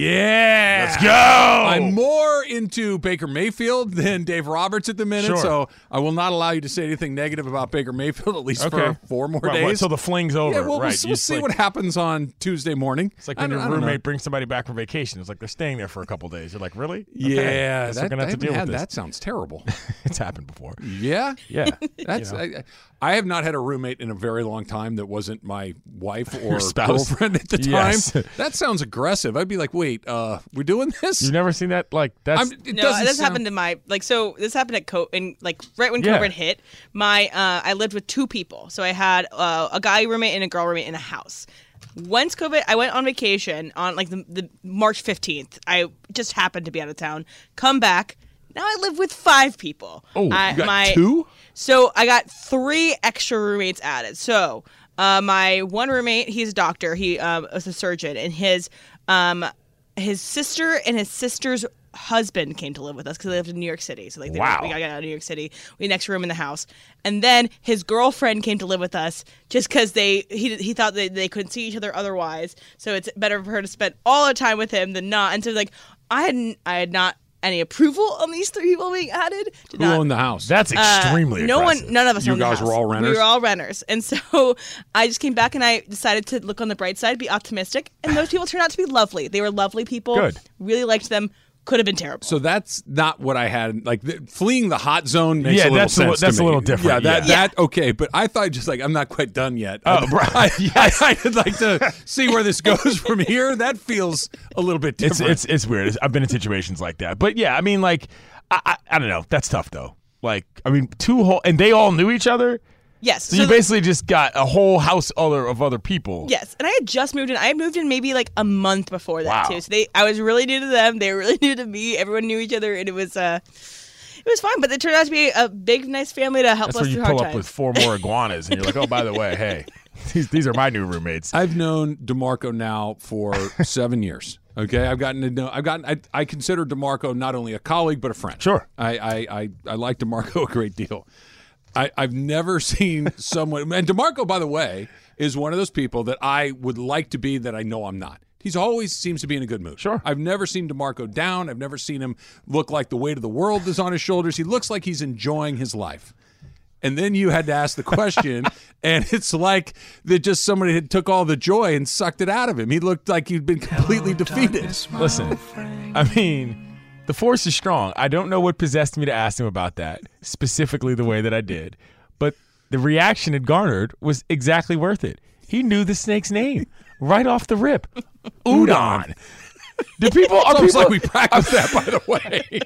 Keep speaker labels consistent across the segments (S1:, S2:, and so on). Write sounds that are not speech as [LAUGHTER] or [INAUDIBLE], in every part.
S1: Yeah.
S2: Let's go.
S1: I'm more into Baker Mayfield than Dave Roberts at the minute,
S2: Sure.
S1: so I will not allow you to say anything negative about Baker Mayfield at least
S2: Okay.
S1: for four more
S2: Right,
S1: days.
S2: what, till the fling's over.
S1: yeah, well,
S2: right.
S1: we'll,
S2: You
S1: we'll
S2: just,
S1: see
S2: like-
S1: what happens on Tuesday morning.
S2: [LAUGHS] It's like
S1: I
S2: when
S1: don't-
S2: your
S1: I don't know.
S2: roommate brings somebody back from vacation. It's like they're staying there for a couple days. You're like, really? Okay,
S1: Yeah,
S2: guess
S1: that,
S2: we're gonna
S1: I
S2: have to
S1: haven't
S2: deal with
S1: had-
S2: this.
S1: that sounds terrible.
S2: [LAUGHS] It's happened before.
S1: yeah,
S2: [LAUGHS] Yeah,
S1: [LAUGHS] That's
S2: You know?
S1: I, I have not had a roommate in a very long time that wasn't my
S2: [LAUGHS]
S1: wife or
S2: spouse.
S1: girlfriend at the time.
S2: Yes. [LAUGHS]
S1: That sounds aggressive. I'd be like, wait, uh, we're doing this?
S2: you've never seen that. Like that's
S1: I'm- it
S3: no,
S1: doesn't
S3: this
S1: sound-
S3: happened to my like so this happened at co and like right when
S2: Yeah.
S3: COVID hit, my uh, I lived with two people, so I had uh, a guy roommate and a girl roommate in the house. Once COVID, I went on vacation on like the, the March fifteenth. I just happened to be out of town. Come back. Now I live with five people.
S2: Oh, you
S3: I,
S2: got
S3: my,
S2: two?
S3: So I got three extra roommates added. So uh, my one roommate, he's a doctor. He um, was a surgeon, and his um, his sister and his sister's husband came to live with us because they lived in New York City. So like, they
S2: Wow.
S3: we got out of New York City. We had an extra room in the house, and then his girlfriend came to live with us just because they he he thought that they couldn't see each other otherwise. So it's better for her to spend all her time with him than not. And so like I hadn't I had not. Any approval on these three people being added? Did
S1: Who
S3: not
S1: owned the house?
S2: that's extremely.
S3: Uh, no
S2: aggressive.
S3: one, none of us.
S1: You
S3: owned the
S1: guys
S3: house.
S1: were all
S3: We
S1: renters?
S3: were all renters, and so [LAUGHS] I just came back and I decided to look on the bright side, be optimistic, and those people turned out to be lovely. They were lovely people.
S2: Good.
S3: Really liked them. Could have been terrible.
S1: so that's not what I had. Like the, fleeing the hot zone makes a
S2: Yeah,
S1: little
S2: that's a
S1: sense
S2: li-
S1: to
S2: that's a
S1: me.
S2: little different,
S1: Yeah, that
S2: yeah.
S1: that okay. But I thought just like I'm not quite done yet.
S2: Oh,
S1: [LAUGHS] I,
S2: right.
S1: I, I, would like to see where this goes from here. That feels a little bit different.
S2: It's it's it's weird. It's- I've been in situations like that, but yeah, I mean, like, I, I I don't know. That's tough though. Like, I mean, two whole and they all knew each other,
S3: yes.
S2: so, you
S3: the-
S2: basically just got a whole house other of other people.
S3: Yes, and I had just moved in. I had moved in maybe like a month before that
S2: Wow.
S3: too. So they, I was really new to them. They were really [LAUGHS] new to me. Everyone knew each other, and it was uh, it was fun. But they turned out to be a big, nice family to help
S2: that's
S3: us
S2: where you
S3: through hard
S2: pull up
S3: times.
S2: with four more iguanas, and you're like, oh, by the way,
S3: [LAUGHS]
S2: hey, these these are my new roommates.
S1: I've known DeMarco now
S2: [LAUGHS]
S1: for seven years. Okay, I've gotten to know. I've gotten. I, I consider DeMarco not only a colleague but a friend.
S2: Sure.
S1: I I I, I like DeMarco a great deal. I, I've never
S2: [LAUGHS]
S1: seen someone. And DeMarco, by the way, is one of those people that I would like to be that I know I'm not. He's always seems to be in a good mood.
S2: Sure.
S1: I've never seen DeMarco down. I've never seen him look like the weight of the world is on his shoulders. He looks like he's enjoying his life and then you had to ask the [LAUGHS] question and it's like that just somebody had took all the joy and sucked it out of him he looked like he'd been completely defeated
S2: Listen, I mean, the force is strong. I don't know what possessed me to ask him about that, specifically the way that I did, but the reaction it garnered was exactly worth it. He knew the snake's name right off the
S1: [LAUGHS]
S2: rip. Udon. Do people are
S1: [LAUGHS] it's
S2: people,
S1: like we practiced that by the [LAUGHS] way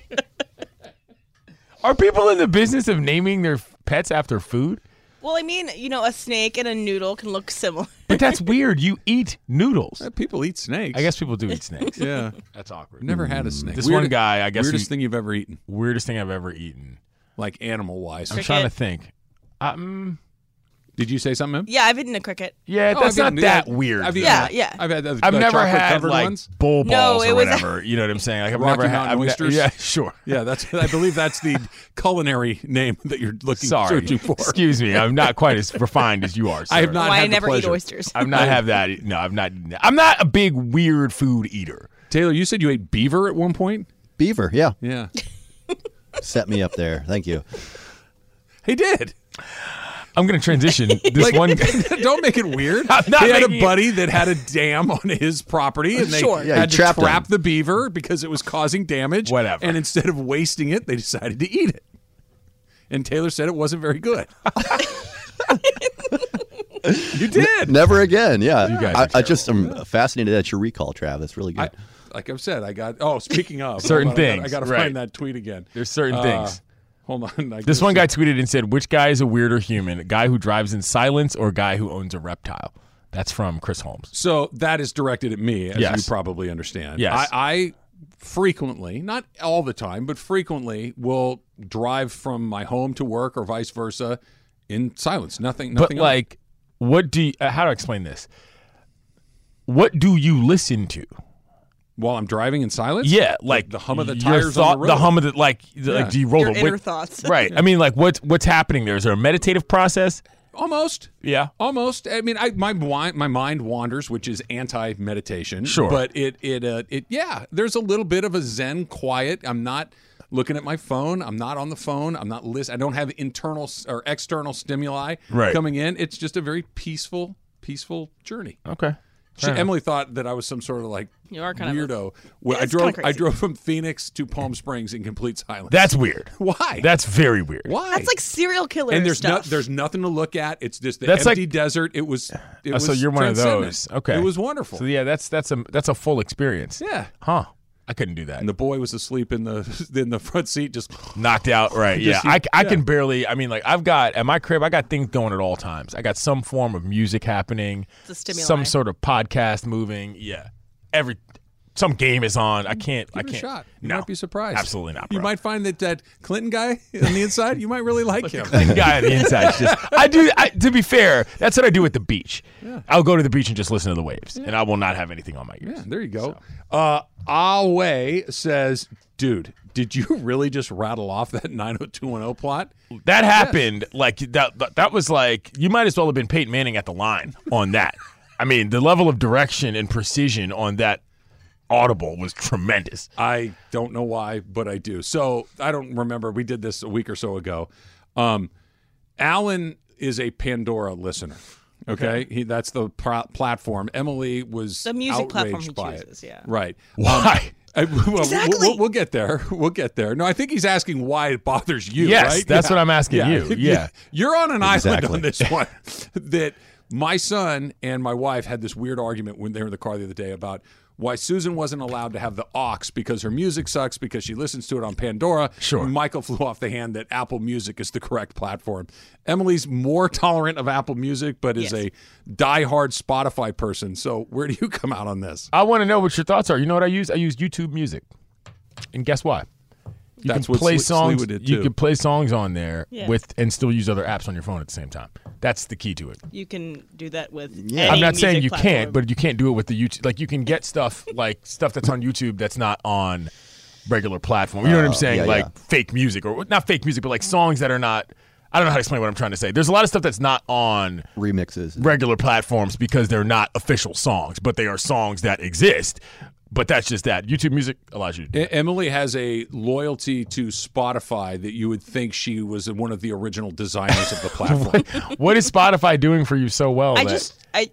S2: are people in the business of naming their f- pets after food?
S3: well, I mean, you know, a snake and a noodle can look similar. [LAUGHS]
S1: [LAUGHS]
S2: But that's weird. You eat noodles.
S1: people eat snakes
S2: I guess people do eat
S1: [LAUGHS]
S2: snakes.
S1: yeah
S2: That's awkward.
S1: never had a snake
S2: This one guy, I guess
S1: weirdest
S2: he-
S1: thing you've ever eaten
S2: Weirdest thing I've ever eaten.
S1: like animal wise
S2: I'm trying to think. Um,
S1: did you say something
S3: Yeah, I've eaten a cricket.
S2: yeah,
S1: Oh,
S2: that's
S1: I've
S2: not
S1: eaten-
S2: that
S1: I've-
S2: weird.
S1: I've
S2: though.
S1: eaten
S3: Yeah,
S1: that.
S3: yeah.
S1: I've had the,
S2: I've
S1: the
S2: never
S1: chocolate
S2: had
S1: covered
S2: like
S1: ones.
S2: bull balls
S3: No, it
S2: or
S3: was-
S2: whatever. you know what I'm saying? Like I've
S1: Rocky
S2: never had.
S1: Mountain
S2: I've ne-
S1: oysters?
S2: yeah, sure.
S1: [LAUGHS] Yeah, that's. I believe that's [LAUGHS] the culinary name that you're looking
S2: Sorry.
S1: searching for.
S2: Excuse me. I'm not
S1: [LAUGHS]
S2: quite as refined as you are. Sir.
S1: I have not
S3: Why
S1: had
S3: I
S1: the
S3: never eat
S1: pleasure.
S3: oysters.
S2: I've not have that. e, No, I've not. I'm not a big weird food eater.
S1: Taylor, you said you ate beaver at one point.
S4: Beaver, yeah,
S1: Yeah,
S4: set me up there.
S2: [LAUGHS]
S4: Thank you.
S1: he did.
S2: I'm going to transition
S1: [LAUGHS]
S2: this
S1: Like,
S2: one.
S1: don't make it weird.
S2: I'm not
S1: he had
S2: making
S1: a
S2: it-
S1: buddy that had a dam on his property, and they
S3: Sure. Yeah,
S4: he
S1: had to
S4: trapped
S1: trap
S4: him.
S1: the beaver because it was causing damage.
S2: Whatever.
S1: And instead of wasting it, they decided to eat it. And Taylor said it wasn't very good. [LAUGHS] you did.
S4: Never again. Yeah,
S2: guys
S4: I,
S2: are
S4: I just am fascinated at your recall, Trav. That's really good.
S1: I, like I've said, I got. Oh, speaking of
S2: Certain
S1: hold on, I gotta-
S2: things,
S1: I got to
S2: right.
S1: find that tweet again. Uh,
S2: There's certain things.
S1: Hold on. I
S2: This
S1: guess-
S2: one guy tweeted and said, "Which guy is a weirder human? A guy who drives in silence or a guy who owns a reptile?" That's from Chris Holmes.
S1: So that is directed at me, as
S2: Yes.
S1: you probably understand.
S2: Yes.
S1: I, I frequently, not all the time, but frequently will drive from my home to work or vice versa in silence. Nothing,
S2: But
S1: nothing. else.
S2: like, what do you, uh, how do I explain this? What do you listen to?
S1: while I'm driving in silence?
S2: Yeah, like
S1: the hum of the
S2: your
S1: tires
S2: thought-
S1: on the road.
S2: hum of the like, the- like do you roll
S3: Your
S2: the [LAUGHS]
S3: inner
S2: wick-
S3: thoughts. [LAUGHS]
S2: Right. I mean, like, what's what's happening there? Is there a meditative process?
S1: Almost.
S2: Yeah.
S1: Almost. I mean, I my wi- my mind wanders, which is anti meditation.
S2: Sure.
S1: But it it uh, it yeah. There's a little bit of a zen quiet. I'm not looking at my phone. I'm not on the phone. I'm not list. I don't have internal s- or external stimuli
S2: Right.
S1: coming in. It's just a very peaceful peaceful journey.
S2: Okay.
S1: She, Emily thought that I was some sort of like
S3: You are kind of
S1: weirdo. Well, I
S3: it's kinda
S1: drove I
S3: crazy.
S1: drove from Phoenix to Palm Springs in complete silence.
S2: That's weird.
S1: why.
S2: That's very weird.
S1: why.
S3: That's like serial killer
S1: and there's no,
S3: stuff.
S1: there's nothing to look at. It's just the
S2: That's
S1: empty
S2: like-
S1: desert. It
S2: [SIGHS]
S1: was. It
S2: Oh,
S1: was
S2: so you're one of
S1: transcendent.
S2: those. Okay.
S1: It was wonderful.
S2: So yeah, that's that's a that's a full experience.
S1: yeah.
S2: Huh. I couldn't do that.
S1: And the boy was asleep in the [LAUGHS] in the front seat. Just
S2: Knocked out, right? Yeah,
S1: Just-
S2: I, I can barely. I mean, like I've got at my crib, I got things going at all times. I got some form of music happening,
S3: It's a stimuli.
S2: some sort of podcast moving. Yeah, every some game is on. I can't. I
S1: give it
S2: can't.
S1: a shot. You
S2: no,
S1: might be surprised.
S2: Absolutely not.
S1: You
S2: bro.
S1: might find that that Clinton guy on the inside. You might really like him.
S2: Clean guy on the inside. is Just I do. I, to be fair, that's what I do at the beach. I'll go to the beach and just listen to the waves, and I will not have anything on my ears.
S1: Yeah, there you go. Uh, Awe says, "Dude, did you really just rattle off that [LAUGHS] 90210 plot?"
S2: That happened like that, that. That was like you might as well have been Peyton Manning at the line on that. [LAUGHS] I mean, the level of direction and precision on that audible was tremendous.
S1: I don't know why, but I do. So I don't remember. We did this a week or so ago. Um, Alan is a Pandora listener. Okay, He, that's the pro- platform. Emily was
S3: The music platform
S1: outraged
S3: he
S1: by
S3: chooses,
S1: it.
S3: yeah.
S1: Right. Um,
S2: Why?
S1: I- [LAUGHS] well,
S3: Exactly.
S1: We'll, we'll get there. [LAUGHS] We'll get there. No, I think he's asking why it bothers you.
S2: Yes,
S1: right?
S2: that's what I'm asking you.
S1: [LAUGHS]
S2: Yeah.
S1: you're on an
S4: Exactly.
S1: island on
S2: [LAUGHS]
S1: this one. that my son and my wife had this weird argument when they were in the car the other day about why Susan wasn't allowed to have the aux because her music sucks because she listens to it on Pandora.
S2: Sure.
S1: Michael flew off the hand that Apple Music is the correct platform. Emily's more [LAUGHS] tolerant of Apple Music, but is
S3: Yes.
S1: a diehard Spotify person. So where do you come out on this?
S2: I want to know what your thoughts are. You know what I use? I use YouTube Music, and guess what? You
S1: That's
S2: can
S1: what
S2: play
S1: Sle-
S2: songs.
S1: Slewa did
S2: You
S1: too.
S2: can play songs on there
S3: Yeah.
S2: with and still use other apps on your phone at the same time. That's the key to it.
S3: you can do that with.
S4: Yeah.
S3: any
S2: I'm not saying
S3: music
S2: you
S3: platform.
S2: can't, but you can't do it with the YouTube. Like you can get stuff like stuff that's on YouTube that's not on regular platform. You know what I'm
S3: Oh,
S2: saying?
S4: yeah,
S2: like
S4: yeah.
S2: fake music or not fake music, but like songs that are not. I don't know how to explain what I'm trying to say. There's a lot of stuff that's not on
S4: Remixes.
S2: regular platforms because they're not official songs, but they are songs that exist. But that's just that. YouTube music allows you to do.
S1: E- Emily has a loyalty to Spotify that you would think she was one of the original designers
S2: [LAUGHS]
S1: of the platform.
S2: what is Spotify doing for you so well?
S3: I
S2: that-
S3: just I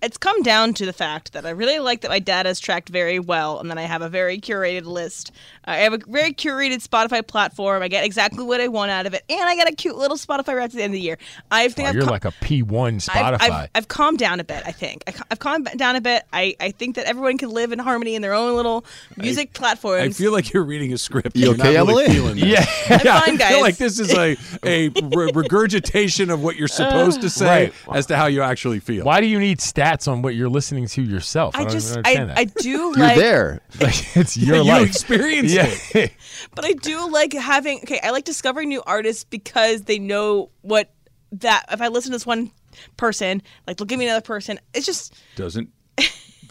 S3: it's come down to the fact that I really like that my data is tracked very well, and then I have a very curated list. I have a very curated Spotify platform. I get exactly what I want out of it, and I get a cute little Spotify wrap at the end of the year. I think
S2: Wow,
S3: I've
S2: you're
S3: ca-
S2: like a P1 Spotify.
S3: I've, I've, I've calmed down a bit. I think I, ca- I've calmed down a bit. I, I think that everyone can live in harmony in their own little music platforms.
S1: I feel like you're reading a script.
S4: You
S1: You're
S4: okay,
S1: not really
S4: Emily?
S1: feeling this.
S2: yeah.
S1: Yeah,
S3: fine,
S1: I feel
S3: guys.
S1: like this is [LAUGHS] a, a re- regurgitation of what you're supposed to say
S2: Right.
S1: as to how you actually feel.
S2: [LAUGHS] Why do you need stats on what you're listening to yourself? I,
S3: I
S2: don't even
S3: just
S2: understand
S3: I,
S2: that.
S3: I do
S4: You're
S3: like
S2: [LAUGHS]
S4: there.
S2: Like, it's your
S1: You
S2: life.
S1: experienced it.
S2: yeah.
S3: But I do like having okay, I like discovering new artists because they know what that if I listen to this one person, like they'll give me another person. It's just
S1: Doesn't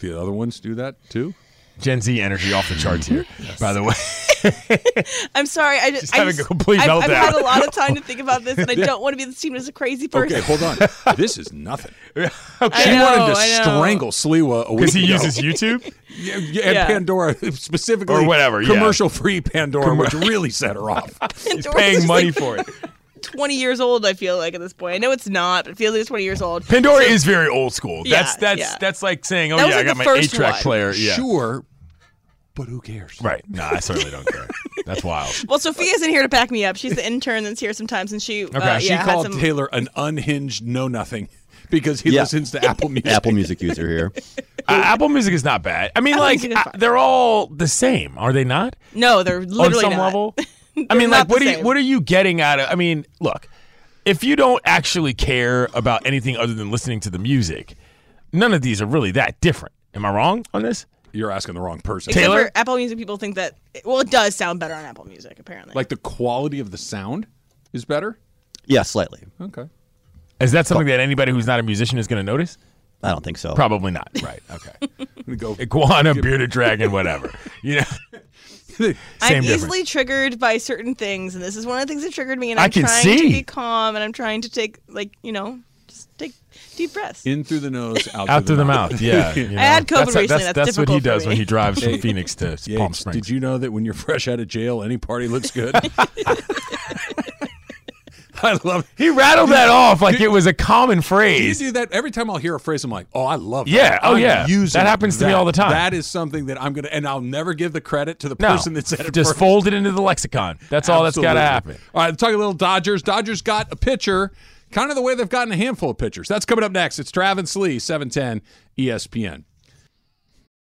S1: the other ones do that too?
S2: [LAUGHS] Gen Z energy off the charts
S1: [LAUGHS]
S2: here. By the way,
S3: I'm sorry, I just,
S2: She's
S3: I
S2: having a
S3: just-
S2: complete
S3: I've, I've
S2: meltdown.
S3: had a lot
S2: [LAUGHS]
S3: of time to think about this and I don't want to be seen as a crazy person.
S1: Okay,
S3: [LAUGHS]
S1: hold on. [LAUGHS] this is nothing.
S3: I
S1: She
S3: know,
S1: wanted to
S3: I know.
S1: strangle Sliwa a week
S2: because [LAUGHS] he
S1: ago.
S2: uses YouTube.
S1: Yeah, yeah, and
S3: Yeah.
S1: Pandora specifically,
S2: Or whatever, yeah.
S1: commercial-free Pandora, which really set her [LAUGHS] off.
S3: He's
S2: Paying money for it.
S3: Twenty years old, I feel like at this point. I know it's not, but it feels like it's twenty years old.
S2: Pandora is very old school.
S3: Yeah,
S2: that's that's
S3: yeah.
S2: that's like saying, oh
S3: That was,
S2: yeah, I
S3: like,
S2: got
S3: the
S2: my
S3: first
S2: eight-track
S3: one.
S2: player. Yeah,
S1: Sure, but who cares?
S2: right. No, I certainly don't
S3: [LAUGHS]
S2: care. That's wild.
S3: Well, Sophia's in here to back me up. She's the intern that's here sometimes, and she uh,
S2: Okay,
S3: yeah
S1: She
S3: had
S1: called
S3: some.
S1: Taylor an unhinged know nothing [LAUGHS] because he
S4: Yeah.
S1: listens to Apple Music.
S4: Apple Music user here.
S2: Uh, Apple Music is not bad. I mean,
S3: Apple
S2: like
S3: Music is
S2: I-
S3: fine.
S2: they're all the same, are they not?
S3: no, they're literally
S2: on some
S3: not. [LAUGHS]
S2: level. I mean, like,
S3: not the
S2: what are you,
S3: same.
S2: what are you getting out of? I mean, look, if you don't actually care about anything other than listening to the music, none of these are really that different. Am I wrong on this?
S1: You're asking the wrong person.
S3: Except
S2: Taylor?
S3: for Apple Music people think that well, it does sound better on Apple Music apparently.
S1: like the quality of the sound is better.
S4: Yeah, slightly.
S1: Okay.
S2: Is that
S1: Oh.
S2: something that anybody who's not a musician is going to notice?
S4: I don't think so.
S2: Probably not. Right. Okay.
S1: We go. [LAUGHS]
S2: Iguana, bearded dragon, whatever. You know,
S3: I'm
S2: Same difference.
S3: easily triggered by certain things, and this is one of the things that triggered me. And
S2: I
S3: I'm
S2: can
S3: trying to
S2: see.
S3: be calm, and I'm trying to take like you know, just take deep breaths.
S1: in through the nose, out,
S2: out through the mouth.
S1: [LAUGHS]
S2: Yeah, you know.
S3: had COVID
S2: that's,
S3: recently,
S2: That's,
S3: that's
S2: that's what he
S3: difficult for
S2: does when
S3: me.
S2: he drives from Phoenix to Palm
S1: Yates,
S2: Springs.
S1: did you know that when you're fresh out of jail, any party looks
S2: [LAUGHS]
S1: good? [LAUGHS] I love
S2: he rattled that off like it was a common
S1: You
S2: phrase.
S1: do that every time I'll hear a phrase, I'm like, oh, I love that.
S2: Yeah, oh,
S1: I'm
S2: yeah.
S1: using
S2: That happens to me all the time.
S1: That is something that I'm going to, and I'll never give the credit to the
S2: No,
S1: person that said it
S2: just
S1: first.
S2: fold it into the lexicon. That's all that's got to
S1: Absolutely.
S2: happen.
S1: All right, let's talk a little Dodgers. Dodgers got a pitcher, kind of the way they've gotten a handful of pitchers. That's coming up next. It's Travis Lee, E 710 ESPN.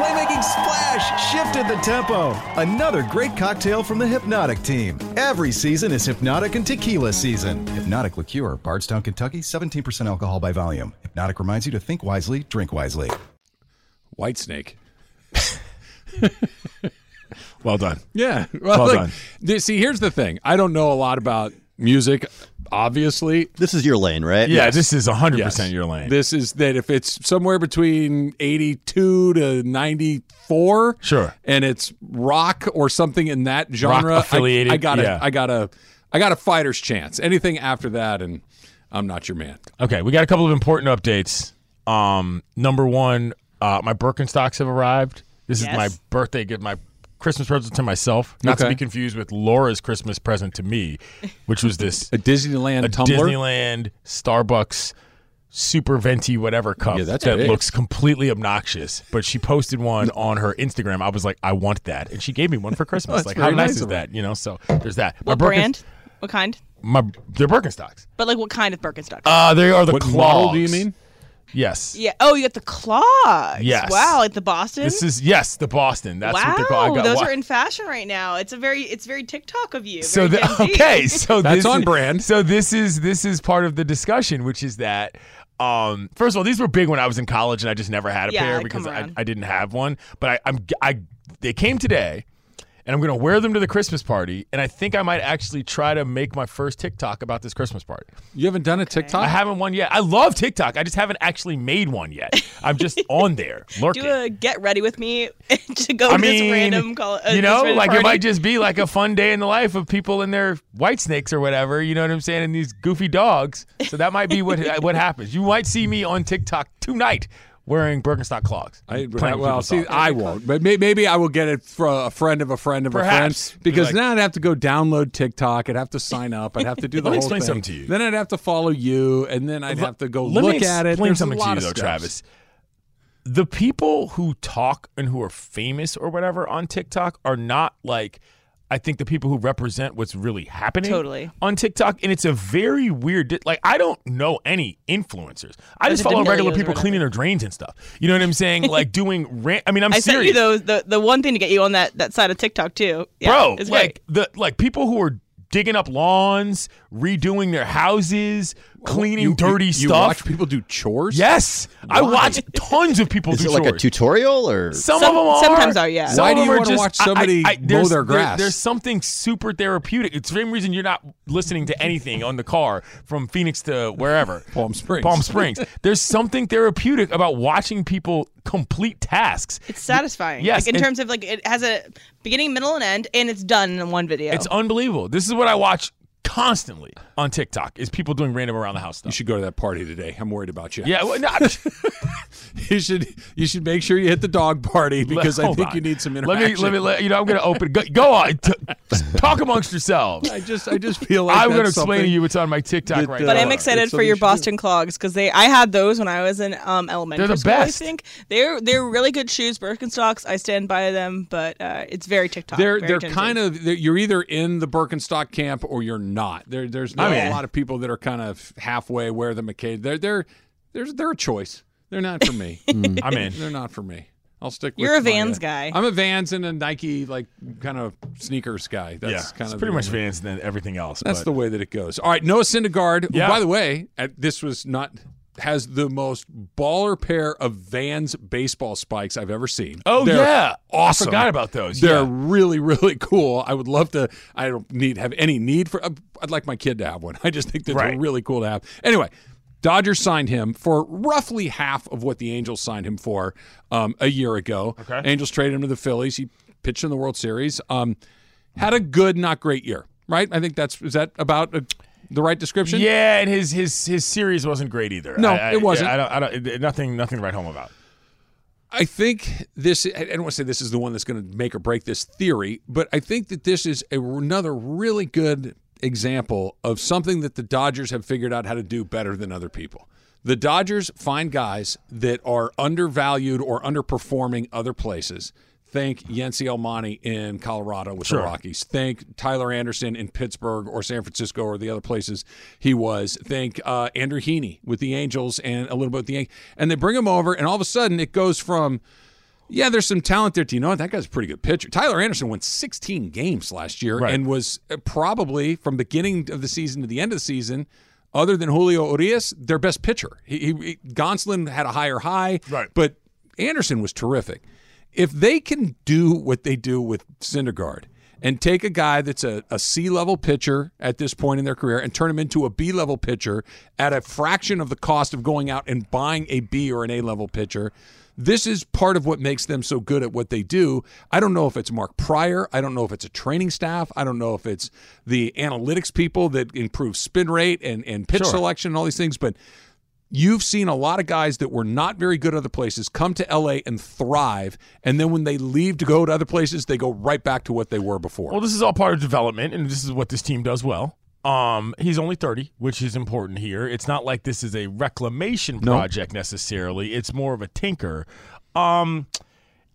S5: playmaking splash shifted the tempo. Another great cocktail from the Hypnotic team. Every season is Hypnotic and Tequila season. Hypnotic Liqueur, Bardstown, Kentucky, 17% alcohol by volume. Hypnotic reminds you to think wisely, drink wisely.
S1: White Snake.
S2: Well done. [LAUGHS]
S1: Yeah. Well,
S2: Well
S1: look,
S2: done.
S1: th- see, here's the thing I don't know a lot about music, obviously.
S4: This is your lane, right?
S2: Yeah, this is 100%
S1: Yes.
S2: your lane.
S1: This is that if it's somewhere between 82 to 94,
S2: Sure.
S1: and it's rock or something in that genre, I-
S2: affiliated,
S1: I, got a,
S2: yeah.
S1: I got a, I got a fighter's chance. Anything after that, and I'm not your man.
S2: Okay, we got a couple of important updates. Um, number one, uh, my Birkenstocks have arrived. This is
S3: Yes.
S2: my birthday gift, my Christmas present to myself, not to
S1: Okay.
S2: be confused with Laura's Christmas present to me, which was
S1: [LAUGHS]
S2: this
S1: A Disneyland
S2: a
S1: tumbler.
S2: Disneyland Starbucks super venti whatever cup
S1: Yeah, that's
S2: that
S1: big.
S2: looks completely obnoxious. But she posted one on her Instagram. I was like, I want that, and she gave
S1: [LAUGHS]
S2: me one for Christmas.
S1: that's
S2: like, how
S1: very
S2: nice
S1: nice
S2: is
S1: of her.
S2: that? You know, so there's that.
S3: What
S2: Birken-
S3: brand? What kind?
S2: My they're Birkenstocks.
S3: But like, what kind of Birkenstock?
S2: Uh, they are the
S1: what
S2: claws.
S1: model do you mean?
S2: Yes.
S3: yeah. Oh, you got the clogs.
S2: Yes.
S3: Wow, like the Boston.
S2: This is yes, the Boston. That's
S3: wow,
S2: what they're called. I got
S3: those
S2: wa-
S3: are in fashion right now. It's a very, it's very TikTok of
S2: [LAUGHS]
S3: you.
S2: so
S3: very
S2: the,
S3: Gen Z.
S2: [LAUGHS] okay, so
S1: That's
S2: this
S1: on
S2: is-
S1: brand.
S2: So this is this is part of the discussion, which is that um, first of all, these were big when I was in college, and I just never had a
S3: Yeah,
S2: pair
S3: come
S2: because I,
S3: around.
S2: I didn't have one. But I, I'm I they came today, and I'm gonna wear them to the Christmas party, and I think I might actually try to make my first TikTok about this Christmas party.
S1: You haven't done a
S2: I
S1: TikTok?
S2: haven't one yet. I love TikTok. I just haven't actually made one yet. I'm
S3: [LAUGHS]
S2: just on there lurking.
S3: do a get ready with me [LAUGHS] to go
S2: I
S3: to
S2: mean,
S3: this random call. Uh,
S2: you
S3: this
S2: know,
S3: random
S2: like
S3: party.
S2: it might just be like a fun day in the life of people in their white snakes or whatever. You know what I'm saying? And these goofy dogs. So that might be what [LAUGHS] what happens. You might see me on TikTok tonight wearing Birkenstock clogs.
S1: I,
S2: playing with
S1: well,
S2: people's
S1: see,
S2: dogs.
S1: I won't, but may, maybe I will get it from a friend of a friend of
S2: Perhaps.
S1: a friend because
S2: Like-
S1: now I'd have to go download TikTok. I'd have to sign up. I'd have
S2: [LAUGHS]
S1: to do the
S2: Let me
S1: whole
S2: explain
S1: thing.
S2: something to you.
S1: Then I'd have to follow you, and then I'd have to go
S2: Let
S1: look
S2: me
S1: at it.
S2: Explain
S1: There's a
S2: something to
S1: lot
S2: you,
S1: of
S2: though,
S1: steps.
S2: Travis. The people who talk and who are famous or whatever on TikTok are not like, I think the people who represent what's really happening
S3: Totally.
S2: on TikTok. And it's a very weird, di- like, I don't know any influencers. I just
S3: the
S2: follow regular
S3: D'Amelios or
S2: people
S3: whatever.
S2: cleaning their drains and stuff. You know what I'm saying?
S3: [LAUGHS]
S2: like, doing rant. I mean, I'm
S3: I sent
S2: serious.
S3: you those the, the one thing to get you on that that side of TikTok too. Yeah,
S2: bro
S3: it's great.
S2: like the like people who are digging up lawns redoing their houses cleaning
S1: You-
S2: dirty
S1: you,
S2: stuff
S1: You watch people do chores?
S2: Yes, I watch tons of people
S4: Is
S2: do
S4: it like a
S2: chores.
S4: tutorial or?
S2: some,
S3: Some-
S2: of them
S3: sometimes
S2: are.
S3: are, yeah.
S2: Some
S1: Why
S2: of
S1: do you
S2: them are
S1: wanna
S2: just-
S1: watch somebody mow
S2: there's-
S1: their
S2: there-
S1: grass?
S2: there's something super therapeutic. It's the same reason you're not listening to anything on the car from Phoenix to wherever.
S1: [LAUGHS] Palm Springs.
S2: Palm Springs. There's something therapeutic about watching people complete tasks.
S3: It's satisfying.
S2: Yes,
S3: like in
S2: and-
S3: terms of like it has a beginning, middle, and end, and it's done in one video.
S2: It's unbelievable. This is what I watch constantly on TikTok is people doing random around the house
S1: You [LAUGHS]
S2: stuff.
S1: should go to that party today. I'm worried about you.
S2: Yeah, well, no, I'm-
S1: [LAUGHS] You should you should make sure you hit the dog
S2: [LAUGHS]
S1: party because I
S2: hold
S1: think
S2: on.
S1: you need some
S2: Let me
S1: interaction.
S2: let me let you know. I'm going to open. Go, go on, t- talk
S1: [LAUGHS]
S2: amongst yourselves.
S1: I just I just
S2: [LAUGHS]
S1: feel like
S2: I'm going to
S1: that's
S2: explain to
S1: something-
S2: you what's on my TikTok
S1: that,
S2: right
S1: uh,
S2: now.
S3: But I'm
S1: Sure.
S3: excited
S1: That's
S3: for
S1: something
S3: your
S1: you should do.
S3: Boston clogs because they I had those when I was in um, elementary
S2: They're the
S3: school.
S2: best.
S3: I think they're they're really good shoes, Birkenstocks. I stand by them, but uh, it's very TikTok.
S1: They're
S3: very
S1: they're
S3: Gen Z.
S1: kind of they're, you're either in the Birkenstock camp or you're not. There there's not
S2: mean-
S1: a lot of people that are kind of halfway wear the McCade. They're they're they're they're a choice. They're not for
S2: [LAUGHS]
S1: me. [LAUGHS]
S2: I'm in.
S1: They're not for me. I'll stick.
S3: You're
S1: with
S3: a
S1: my,
S3: Vans
S1: uh,
S3: guy.
S1: I'm a Vans and a Nike like kind of sneakers guy. That's
S2: Yeah,
S1: kind
S2: it's
S1: of
S2: pretty
S1: the
S2: much
S1: only-
S2: Vans and then everything else.
S1: That's
S2: but-
S1: the way that it goes. All right, Noah Syndergaard. who,
S2: Yeah.
S1: By the way, at, this was not has the most baller pair of Vans baseball spikes I've ever seen.
S2: Oh
S1: They're
S2: yeah,
S1: awesome.
S2: I forgot about those.
S1: They're
S2: yeah.
S1: really, [LAUGHS] really cool. I would love to. I don't need have any need for. I'd like my kid to have one. [LAUGHS] I just think that
S2: Right.
S1: they're really cool to have. Anyway, Dodgers signed him for roughly half of what the Angels signed him for um, a year ago.
S2: Okay.
S1: Angels traded him to the Phillies. He pitched in the World Series. Um, had a good, not great year. Right. I think that's is that about uh the right description.
S2: yeah, and his his his series wasn't great either.
S1: No,
S2: I- I-
S1: it wasn't.
S2: I don't. I don't. it- Nothing. Nothing to write home about.
S1: I think this, I don't want to say this is the one that's going to make or break this theory, but I think that this is a, another really good example of something that the Dodgers have figured out how to do better than other people. The Dodgers find guys that are undervalued or underperforming other places. Think Yancy Almani in Colorado with the Rockies. Think Tyler Anderson in Pittsburgh or San Francisco or the other places he was. Think uh, Andrew Heaney with the Angels and a little bit with the Yankees. And they bring him over, and all of a sudden it goes from yeah, there's some talent there. Do you know what? That guy's a pretty good pitcher. Tyler Anderson won 16 games last year
S2: Right.
S1: and was uh, probably from beginning of the season to the end of the season, other than Julio Urias, their best pitcher. He, he, he- Gonsolin had a higher high,
S2: Right.
S1: but Anderson was terrific. If they can do what they do with Syndergaard and take a guy that's a, a C level pitcher at this point in their career and turn him into a B level pitcher at a fraction of the cost of going out and buying a B or an A level pitcher, this is part of what makes them so good at what they do. I don't know if it's Mark Pryor. I don't know if it's a training staff. I don't know if it's the analytics people that improve spin rate and, and pitch selection and all these things, but you've seen a lot of guys that were not very good other places come to LA and thrive. And then when they leave to go to other places, they go right back to what they were before.
S2: Well, this is all part of development, and this is what this team does well. Um, he's only 30, which is important here. It's not like this is a reclamation project necessarily. It's more of a tinker. Um,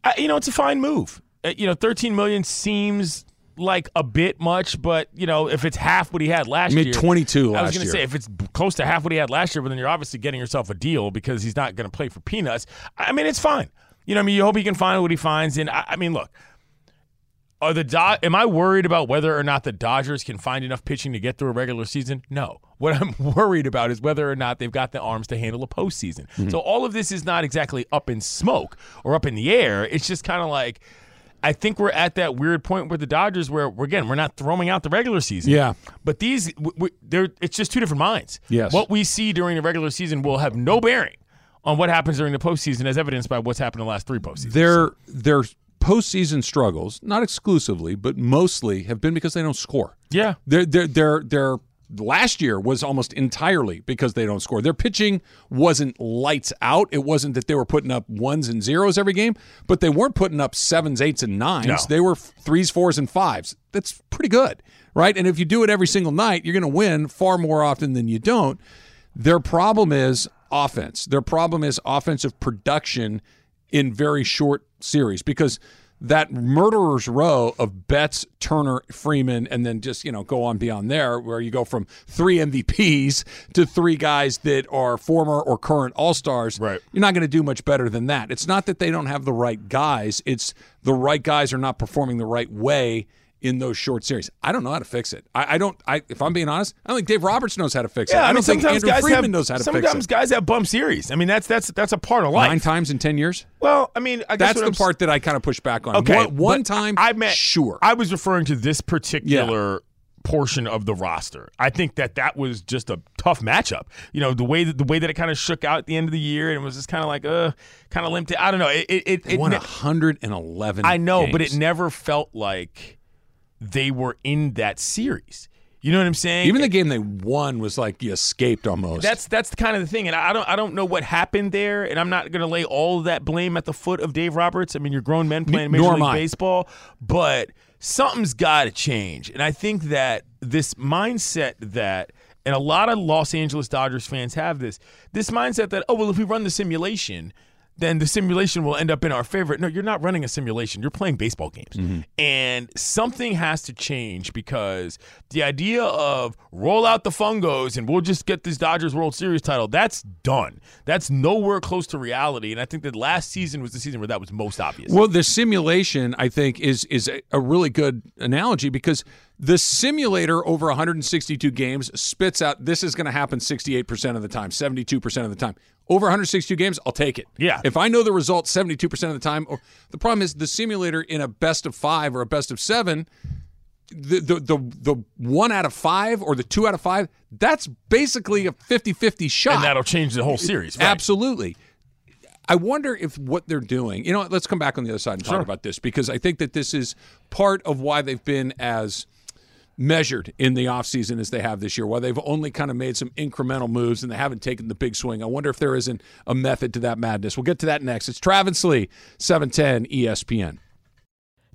S2: I- you know, it's a fine move. Uh, you know, 13 million seems like a bit much, but you know, if it's half what he had last
S1: I mean,
S2: year,
S1: 22
S2: I
S1: last
S2: was going to
S1: year.
S2: say if it's b- close to half what he had last year, but then you're obviously getting yourself a deal because he's not going to play for peanuts. I mean, it's fine. You know, what I mean, you hope he can find what he finds. And I, I mean, look, are the Do- am I worried about whether or not the Dodgers can find enough pitching to get through a regular season? No. What I'm [LAUGHS] worried about is whether or not they've got the arms to handle a postseason.
S1: Mm-hmm.
S2: So all of this is not exactly up in smoke or up in the air. It's just kind of like I think we're at that weird point with the Dodgers where we're, again we're not throwing out the regular season.
S1: Yeah.
S2: But these w- w- they're it's just two different minds.
S1: Yes.
S2: What we see during the regular season will have no bearing on what happens during the postseason, as evidenced by what's happened in the last three postseasons.
S1: their their postseason struggles, not exclusively, but mostly, have been because they don't score.
S2: Yeah.
S1: their their their their last year was almost entirely because they don't score. Their pitching wasn't lights out. It wasn't that they were putting up ones and zeros every game, but they weren't putting up sevens, eights, and nines.
S2: No.
S1: They were threes, fours, and fives. That's pretty good, right? And if you do it every single night, you're going to win far more often than you don't. Their problem is offense. Their problem is offensive production in very short series because that murderer's row of Betts, Turner, Freeman, and then just, you know, go on beyond there, where you go from three MVPs to three guys that are former or current All Stars.
S2: Right.
S1: You're not going to do much better than that. It's not that they don't have the right guys, it's the right guys are not performing the right way in those short series. I don't know how to fix it. I, I don't, I, if I'm being honest, I don't think Dave Roberts knows how to fix it. I,
S2: mean,
S1: don't think
S2: sometimes
S1: Andrew
S2: guys
S1: Freeman
S2: have,
S1: knows how to
S2: sometimes
S1: fix it.
S2: guys have bump series. I mean, that's that's that's a part of life.
S1: Nine times in 10 years?
S2: Well, I mean, I guess
S1: That's
S2: what
S1: the
S2: I'm s-
S1: part that I kind of push back on.
S2: Okay,
S1: one, one
S2: but
S1: time,
S2: I, I meant
S1: sure.
S2: I was referring to this particular portion of the roster. I think that that was just a tough matchup. You know, the way that the way that it kind of shook out at the end of the year, and it was just kind of like, uh, kind of limped. I don't know. It it it,
S1: They
S2: it
S1: won
S2: ne-
S1: 111.
S2: I know, but it
S1: games.
S2: never felt like they were in that series. You know what I'm saying?
S1: Even the game they won was like you escaped almost.
S2: That's that's the kind of the thing, and I don't I don't know what happened there, and I'm not going to lay all of that blame at the foot of Dave Roberts. I mean, you're grown men playing Major
S1: nor
S2: League
S1: am I.
S2: Baseball, but something's got to change, and I think that this mindset that. And a lot of Los Angeles Dodgers fans have this this mindset that oh well if we run the simulation then the simulation will end up in our favor. No, you're not running a simulation. You're playing baseball games. And something has to change because the idea of roll out the fungos and we'll just get this Dodgers World Series title, that's done. That's nowhere close to reality. And I think that last season was the season where that was most obvious.
S1: Well, the simulation, I think, is is a, a really good analogy because the simulator over 162 games spits out this is going to happen 68% of the time, 72% of the time. Over 162 games, I'll take it.
S2: Yeah.
S1: If I know the result 72% of the time, or the problem is the simulator in a best of five or a best of seven. The, the the the one out of five or the two out of five that's basically a 50-50 shot
S2: and that'll change the whole series. right?
S1: Absolutely. I wonder if what they're doing, you know, what, let's come back on the other side and talk about this because I think that this is part of why they've been as measured in the offseason as they have this year, why they've only kind of made some incremental moves and they haven't taken the big swing. I wonder if there isn't a method to that madness. We'll get to that next. It's Travis Lee, E 710 ESPN.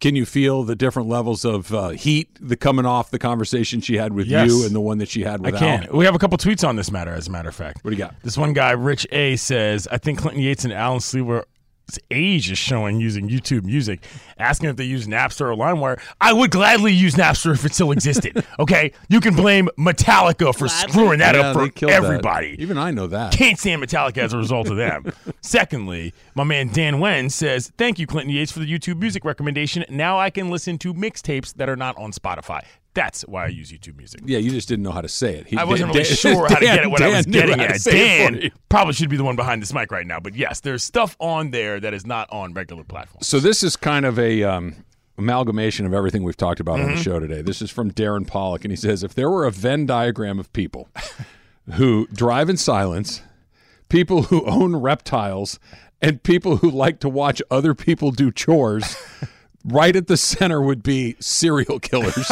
S1: Can you feel the different levels of uh, heat the coming off the conversation she had with
S2: Yes.
S1: you and the one that she had with Al?
S2: I can. We have a couple tweets on this matter, as a matter of fact.
S1: What do you got?
S2: This one guy, Rich A, says, I think Clinton Yates and Alan Sleewer's age is showing using YouTube music. Asking if they use Napster or LimeWire. I would gladly use Napster if it
S1: [LAUGHS]
S2: still existed. okay? You can blame Metallica for screwing that
S1: Yeah,
S2: up
S1: they
S2: for
S1: killed that.
S2: everybody.
S1: Even I know that.
S2: Can't stand Metallica as a result
S1: [LAUGHS]
S2: of them. Secondly, my man Dan Wen says, Thank you, Clinton Yates, for the YouTube music recommendation. Now I can listen to mixtapes that are not on Spotify. That's why I use YouTube music.
S1: Yeah, you just didn't know how to say it. He,
S2: I wasn't
S1: Dan-
S2: really sure how to get
S1: Dan-
S2: at what I
S1: Dan
S2: was
S1: knew
S2: getting
S1: how to
S2: at.
S1: say it for
S2: Dan
S1: you.
S2: probably should be the one behind this mic right now. But yes, there's stuff on there that is not on regular platforms.
S1: So this is kind of a um, amalgamation of everything we've talked about
S2: Mm-hmm.
S1: on the show today. This is from Darren Pollock, and he says, if there were a Venn diagram of people [LAUGHS] who drive in silence, people who own reptiles, and people who like to watch other people do chores. Right at the center would be serial killers.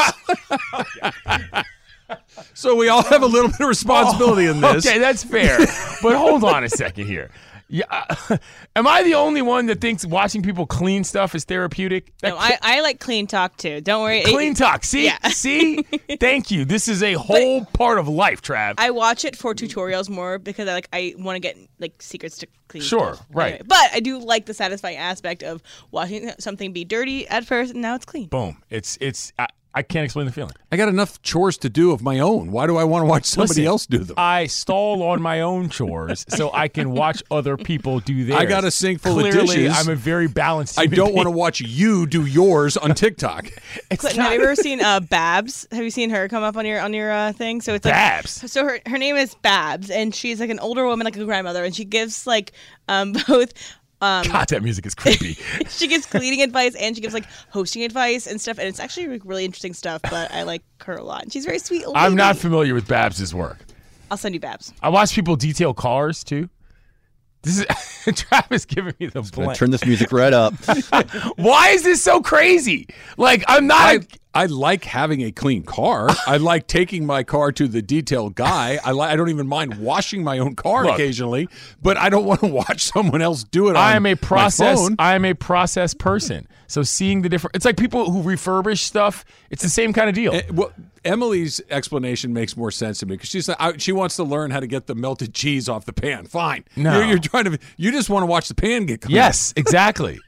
S1: [LAUGHS] so we all have a little bit of responsibility
S2: [LAUGHS]
S1: in this.
S2: Okay, that's fair. but hold on a second here. Yeah, I- [LAUGHS] am I the only one that thinks watching people clean stuff is therapeutic? That
S3: No, I, I like clean talk too. Don't worry.
S2: clean talk. See,
S3: Yeah.
S2: see. Thank you. This is a whole part of life, Trav.
S3: I watch it for tutorials more because I like I want to get like secrets to clean.
S2: Sure,
S3: stuff.
S2: right.
S3: but I do like the satisfying aspect of watching something be dirty at first and now it's clean.
S2: Boom. It's it's. I, I can't explain the feeling.
S1: I got enough chores to do of my own. Why do I want to watch somebody
S2: Listen,
S1: else do them?
S2: I stall on my own chores so I can watch other people do theirs.
S1: I got a sink full of
S2: Clearly,
S1: dishes.
S2: I'm a very balanced.
S1: I
S2: human
S1: don't want to
S2: being.
S1: watch you do yours on TikTok.
S2: It's
S3: Clinton,
S2: not-
S3: have
S2: [LAUGHS]
S3: you ever seen uh, Babs? Have you seen her come up on your on your uh, thing? So it's
S1: [LAUGHS]
S2: Babs?
S3: Like, so her her name is Babs, and she's like an older woman, like a grandmother, and she gives like um, [LAUGHS] both. Um,
S2: God, that music is creepy.
S3: she gives cleaning advice and she gives like hosting advice and stuff, and it's actually like, really interesting stuff. But I like her a lot. And she's a very sweet. Lady.
S2: I'm not familiar with Babs's work.
S3: I'll send you Babs.
S2: I watch people detail cars too. This is [LAUGHS] Travis giving me the
S4: I
S2: blank. [LAUGHS]
S4: turn this music right up.
S2: Why is this so crazy? Like I'm not. a-
S1: I like having a clean car. I like taking my car to the detail guy. I li- I don't even mind washing my own car occasionally, but I don't want to watch someone else do it.
S2: I
S1: on
S2: am
S1: my
S2: a process.
S1: phone.
S2: I am a process person. So seeing the different, it's like people who refurbish stuff. It's the same kind of deal.
S1: Eh, Well, Emily's explanation makes more sense to me because she's I, she wants to learn how to get the melted cheese off the pan. Fine,
S2: No.
S1: you're, you're trying to you just want to watch the pan get clean.
S2: Yes, exactly.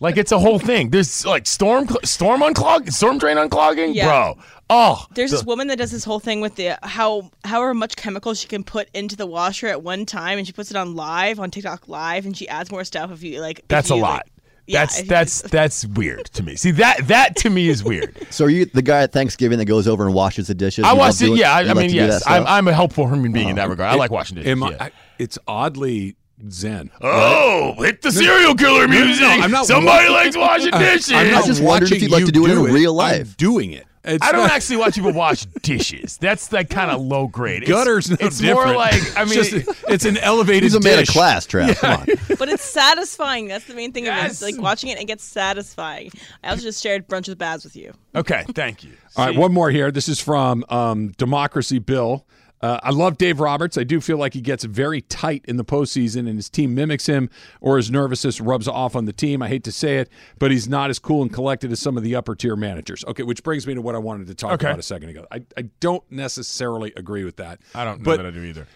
S2: like it's a whole thing. There's like storm, cl- storm unclog, storm drain unclogging,
S3: Yeah.
S2: bro. Oh,
S3: There's this woman that does this whole thing with the how however much chemical she can put into the washer at one time, and she puts it on live on TikTok live, and she adds more stuff if you like. if
S2: that's a
S3: you, like-
S2: lot.
S3: Yeah,
S2: that's
S3: if you-
S2: that's that's weird to me. See that that to me is weird.
S4: So are you the guy at Thanksgiving that goes over and washes the dishes?
S2: I
S4: You love
S2: watched it.
S4: doing-
S2: Yeah, I,
S4: you
S2: I
S4: like
S2: mean
S4: to do that
S2: yes,
S4: stuff?
S2: I'm, I'm a helpful human being in that regard. I like watching dishes.
S1: Am I-
S2: yeah.
S1: I- it's oddly zen.
S2: Oh, hit the serial killer
S1: no, no,
S2: music.
S1: I'm not-
S2: Somebody likes [LAUGHS] washing dishes.
S1: I'm not
S4: I just wondered if
S1: watching
S4: you'd like
S1: you
S4: to do it in real
S1: I'm
S4: life.
S1: doing it. It's
S2: I don't [LAUGHS]
S1: not-
S2: actually watch people wash dishes. That's like [LAUGHS] kind of low grade. It's-
S1: gutters. No
S2: it's
S1: different.
S2: more like I
S1: It's
S2: mean,
S1: just- it's an elevated.
S4: He's a man of
S1: dish.
S4: class, Trav. Come on.
S2: [LAUGHS]
S3: but it's satisfying. That's the main thing.
S2: Yes.
S3: Of it. It's like watching it, it gets satisfying. I also just shared brunch with Babs with you.
S2: okay. Thank you.
S1: All right, one more here. This is from um, Democracy Bill. Uh, I love Dave Roberts. I do feel like he gets very tight in the postseason, and his team mimics him, or his nervousness rubs off on the team. I hate to say it, but he's not as cool and collected as some of the upper tier managers. Okay, which brings me to what I wanted to talk
S2: Okay.
S1: about a second ago. I, I don't necessarily agree with that.
S2: I don't know
S1: but
S2: that I do either.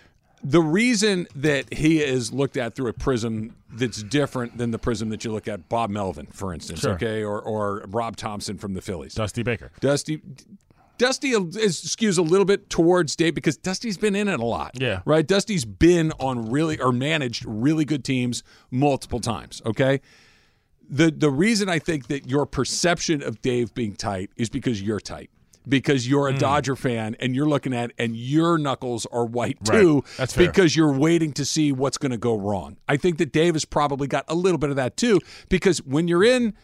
S1: the reason that he is looked at through a prism that's different than the prism that you look at Bob Melvin, for instance, okay, or or Rob Thompson from the Phillies.
S2: Dusty Baker.
S1: Dusty. Dusty is, skews a little bit towards Dave because Dusty's been in it a lot.
S2: Yeah.
S1: Right? Dusty's been on really or managed really good teams multiple times. Okay. The the reason I think that your perception of Dave being tight is because you're tight. Because you're
S2: Hmm.
S1: a Dodger fan and you're looking at and your knuckles are white
S2: Right.
S1: too.
S2: That's fair.
S1: Because you're waiting to see what's going to go wrong. I think that Dave has probably got a little bit of that too. Because when you're in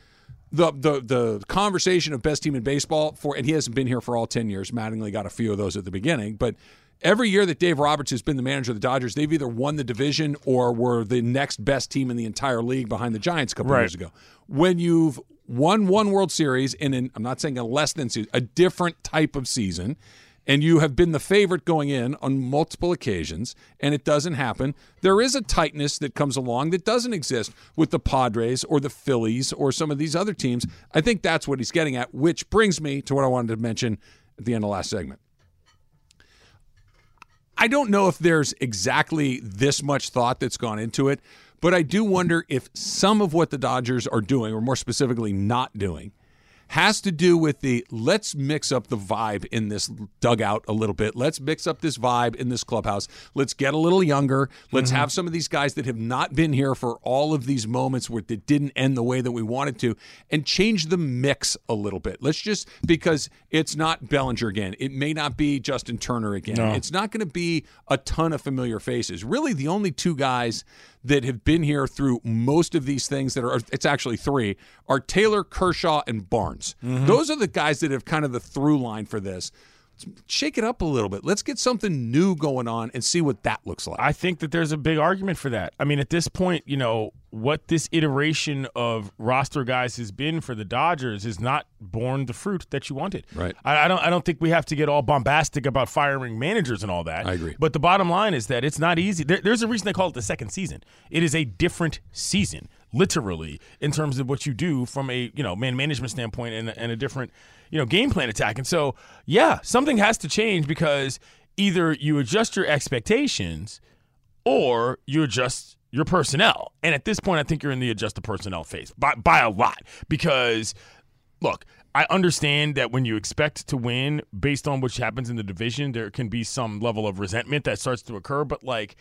S1: the the the conversation of best team in baseball for and he hasn't been here for all 10 years. Mattingly got a few of those at the beginning, but every year that Dave Roberts has been the manager of the Dodgers, they've either won the division or were the next best team in the entire league behind the Giants a couple
S2: Right.
S1: years ago. When you've won one World Series in an I'm not saying a less than season, a different type of season, and you have been the favorite going in on multiple occasions, and it doesn't happen, there is a tightness that comes along that doesn't exist with the Padres or the Phillies or some of these other teams. I think that's what he's getting at, which brings me to what I wanted to mention at the end of last segment. I don't know if there's exactly this much thought that's gone into it, but I do wonder if some of what the Dodgers are doing, or more specifically, not doing, has to do with the let's mix up the vibe in this dugout a little bit. Let's mix up this vibe in this clubhouse. Let's get a little younger. Let's have some of these guys that have not been here for all of these moments where that didn't end the way that we wanted to and change the mix a little bit. Let's just because it's not Bellinger again. It may not be Justin Turner again. It's not going to be a ton of familiar faces. Really the only two guys that have been here through most of these things that are it's actually three are Taylor Kershaw and Barnes. Those are the guys that have kind of the through line for this. Shake it up a little bit. Let's get something new going on and see what that looks like.
S2: I think that there's a big argument for that. I mean, at this point, you know, what this iteration of roster guys has been for the Dodgers is not borne the fruit that you wanted.
S1: Right.
S2: I, I don't I don't think we have to get all bombastic about firing managers and all that.
S1: I agree.
S2: But the bottom line is that it's not easy. There, there's a reason they call it the second season. It is a different season, literally, in terms of what you do from a you know man management standpoint and, and a different you know game plan attack. And so, yeah, something has to change because either you adjust your expectations or you adjust your personnel. And at this point, I think you're in the adjust the personnel phase by, by a lot because, look, I understand that when you expect to win based on what happens in the division, there can be some level of resentment that starts to occur. But like,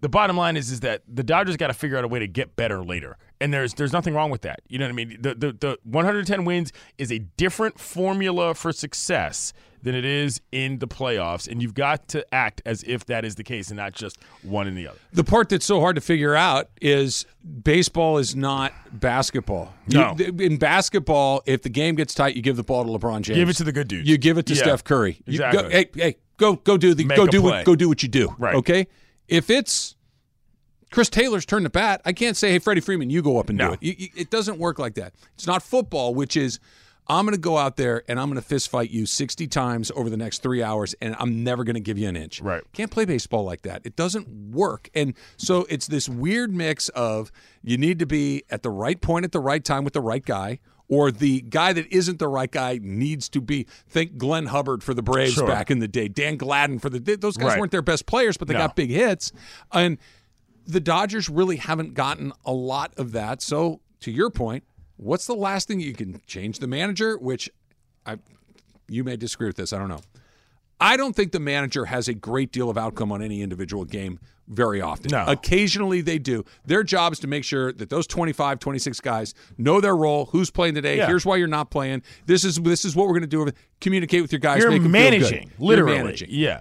S2: the bottom line is is that the Dodgers got to figure out a way to get better later, and there's there's nothing wrong with that. You know what I mean? The the, the 110 wins is a different formula for success than it is in the playoffs, and you've got to act as if that is the case and not just one and the other.
S1: the part that's so hard to figure out is baseball is not basketball. You-
S2: No.
S1: th- in basketball, if the game gets tight, you give the ball to LeBron James.
S2: Give it to the good dudes.
S1: You give it to
S2: Yeah.
S1: Steph Curry. You go-
S2: Exactly.
S1: hey, hey, go go do the
S2: Make
S1: go
S2: a
S1: do
S2: play.
S1: what, go do what you do.
S2: Right.
S1: Okay. If it's Chris Taylor's turn to bat, I can't say, hey, Freddie Freeman, you go up and
S2: No.
S1: do it. You- you- It doesn't work like that. It's not football, which is. I'm going to go out there and I'm going to fist fight you 60 times over the next three hours, and I'm never going to give you an inch.
S2: Right.
S1: Can't play baseball like that. It doesn't work. And so it's this weird mix of you need to be at the right point at the right time with the right guy. Or the guy that isn't the right guy needs to be. Think Glenn Hubbard for the Braves
S2: Sure.
S1: back in the day. Dan Gladden for the those guys
S2: Right.
S1: weren't their best players, but they
S2: No.
S1: got big hits. And the Dodgers really haven't gotten a lot of that. So, to your point, what's the last thing you can change the manager? Which I, you may disagree with this. I don't know. I don't think the manager has a great deal of outcome on any individual game very often.
S2: No.
S1: Occasionally they do. Their job is to make sure that those 25, 26 guys know their role, who's playing today,
S2: Yeah.
S1: here's why you're not playing. This is this is what we're going to do. Communicate with your guys,
S2: You're
S1: make 'em feel good.
S2: managing,
S1: You're
S2: literally.
S1: managing.
S2: Yeah.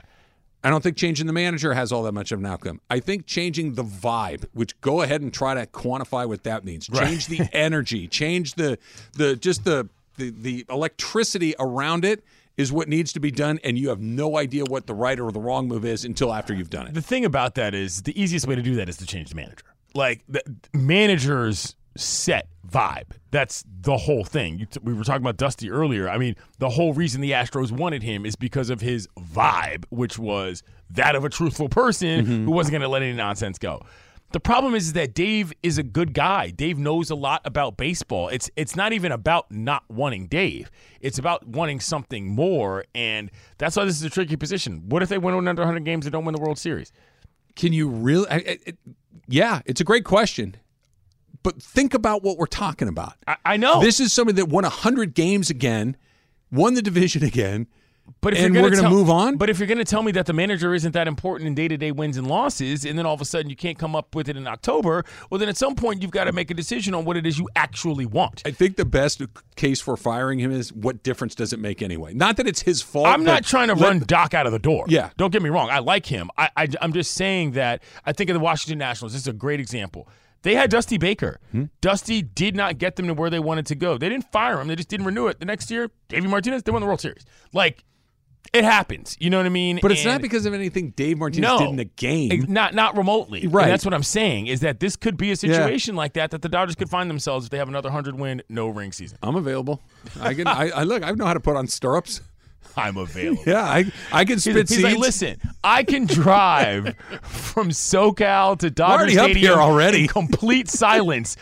S1: I don't think changing the manager has all that much of an outcome. I think changing the vibe, which go ahead and try to quantify what that means. Change [LAUGHS] the energy, change the the just the, the the electricity around it is what needs to be done and you have no idea what the right or the wrong move is until after you've done it.
S2: The thing about that is the easiest way to do that is to change the manager. Like the managers set vibe. That's the whole thing. You t- we were talking about Dusty earlier. I mean, the whole reason the Astros wanted him is because of his vibe, which was that of a truthful person who wasn't going to let any nonsense go. The problem is, is that Dave is a good guy. Dave knows a lot about baseball. It's it's not even about not wanting Dave. It's about wanting something more, and that's why this is a tricky position. What if they win under 100 games and don't win the World Series?
S1: Can you really I, I, it- Yeah, it's a great question. But think about what we're talking about.
S2: I, I know.
S1: This is somebody that won 100 games again, won the division [LAUGHS] again.
S2: but
S1: and
S2: gonna
S1: we're gonna
S2: tell-
S1: move on?
S2: But if you're going to tell me that the manager isn't that important in day-to-day wins and losses, and then all of a sudden you can't come up with it in October, well, then at some point you've got to make a decision on what it is you actually want.
S1: I think the best case for firing him is what difference does it make anyway? Not that it's his fault.
S2: I'm not
S1: but
S2: trying to
S1: let-
S2: run Doc out of the door.
S1: Yeah.
S2: Don't get me wrong. I like him. I, I, am just saying that I think of the Washington Nationals. This is a great example. They had Dusty Baker.
S1: Hmm?
S2: Dusty did not get them to where they wanted to go. They didn't fire him. They just didn't renew it. The next year, Davey Martinez, they won the World Series. Like, it happens. You know what I mean?
S1: But it's not
S2: And-
S1: because of anything Dave Martinez
S2: no,
S1: did in the game.
S2: Ex- Not not remotely. And
S1: Right.
S2: that's what I'm saying is that this could be a situation like that that the Dodgers could find themselves if they have another hundred win no ring season.
S1: I'm available. I can. I, I look. I know how to put on stirrups.
S2: I'm available.
S1: Yeah, I I can
S2: He's,
S1: spit
S2: he's
S1: seeds.
S2: like, listen, I can [LAUGHS] drive from SoCal to Dodger
S1: already up
S2: Stadium
S1: here already."
S2: in complete silence,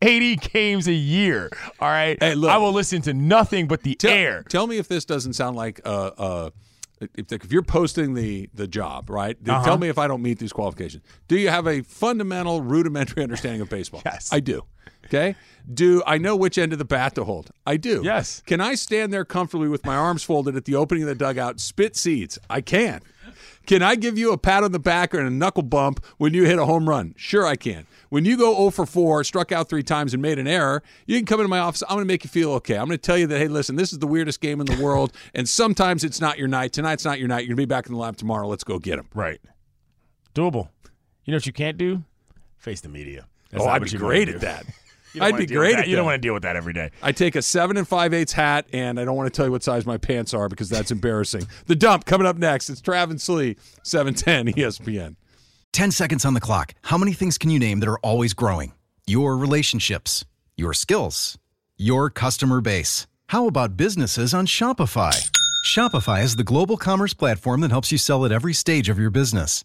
S2: 80 games a year. All right,
S1: Hey, look.
S2: I will listen to nothing but the
S1: tell,
S2: air.
S1: Tell me if this doesn't sound like uh uh. If, if you're posting the the job, right? Then
S2: Uh-huh.
S1: Tell me if I don't meet these qualifications. Do you have a fundamental, rudimentary [LAUGHS] understanding of baseball?
S2: Yes.
S1: I do. Okay. Do I know which end of the bat to hold? I do.
S2: Yes.
S1: Can I stand there comfortably with my arms folded at the opening of the dugout, spit seeds? I can. Can I give you a pat on the back or a knuckle bump when you hit a home run? Sure, I can. When you go 0 for 4, struck out three times, and made an error, you can come into my office. I'm going to make you feel okay. I'm going to tell you that, hey, listen, this is the weirdest game in the world, and sometimes it's not your night. Tonight's not your night. You're going to be back in the lab tomorrow. Let's go get him.
S2: right, doable. You know what you can't do? Face the media. That's
S1: oh,
S2: not
S1: I'd
S2: what
S1: be
S2: you wanna
S1: great
S2: do.
S1: at that.
S2: You don't
S1: I'd
S2: wanna
S1: be
S2: deal with
S1: great
S2: that.
S1: at
S2: You
S1: that.
S2: don't want to deal with that every day.
S1: I take a seven and five eighths hat, and I don't want to tell you what size my pants are because that's embarrassing. The dump coming up next. It's Travis Lee, seven ten E ESPN.
S5: 10 seconds on the clock. How many things can you name that are always growing? Your relationships, your skills, your customer base. How about businesses on Shopify? Shopify is the global commerce platform that helps you sell at every stage of your business.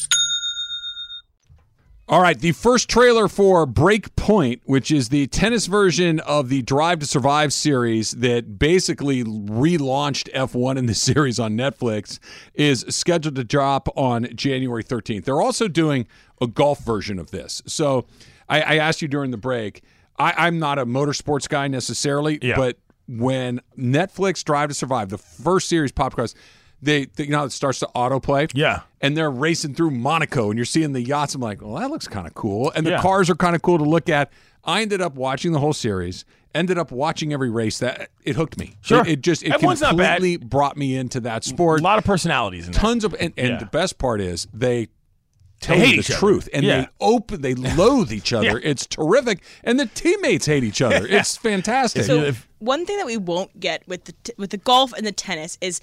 S1: All right, the first trailer for Breakpoint, which is the tennis version of the Drive to Survive series that basically relaunched F1 in the [LAUGHS] series on Netflix, is scheduled to drop on January 13th. They're also doing a golf version of this. So I, I asked you during the break, I, I'm not a motorsports guy necessarily,
S2: Yeah.
S1: but when Netflix Drive to Survive, the first series popped across, they, they you know how it starts to autoplay
S2: Yeah.
S1: and they're racing through Monaco, and you're seeing the yachts. I'm like, well, that looks kind of cool, and the
S2: Yeah.
S1: cars are kind of cool to look at. I ended up watching the whole series. Ended up watching every race. That it hooked me.
S2: Sure.
S1: it, it just it
S2: F1's not bad.
S1: completely brought me into that sport.
S2: A lot of personalities in that.
S1: Tons of and, and
S2: Yeah.
S1: the best part is they tell
S6: hate
S1: you the
S6: each other.
S1: truth, and
S2: Yeah.
S1: they open,
S2: [LAUGHS]
S1: they loathe each other. It's terrific, and the teammates hate each
S2: [LAUGHS]
S1: other. It's fantastic.
S3: So one thing that we won't get with the t- with the golf and the tennis is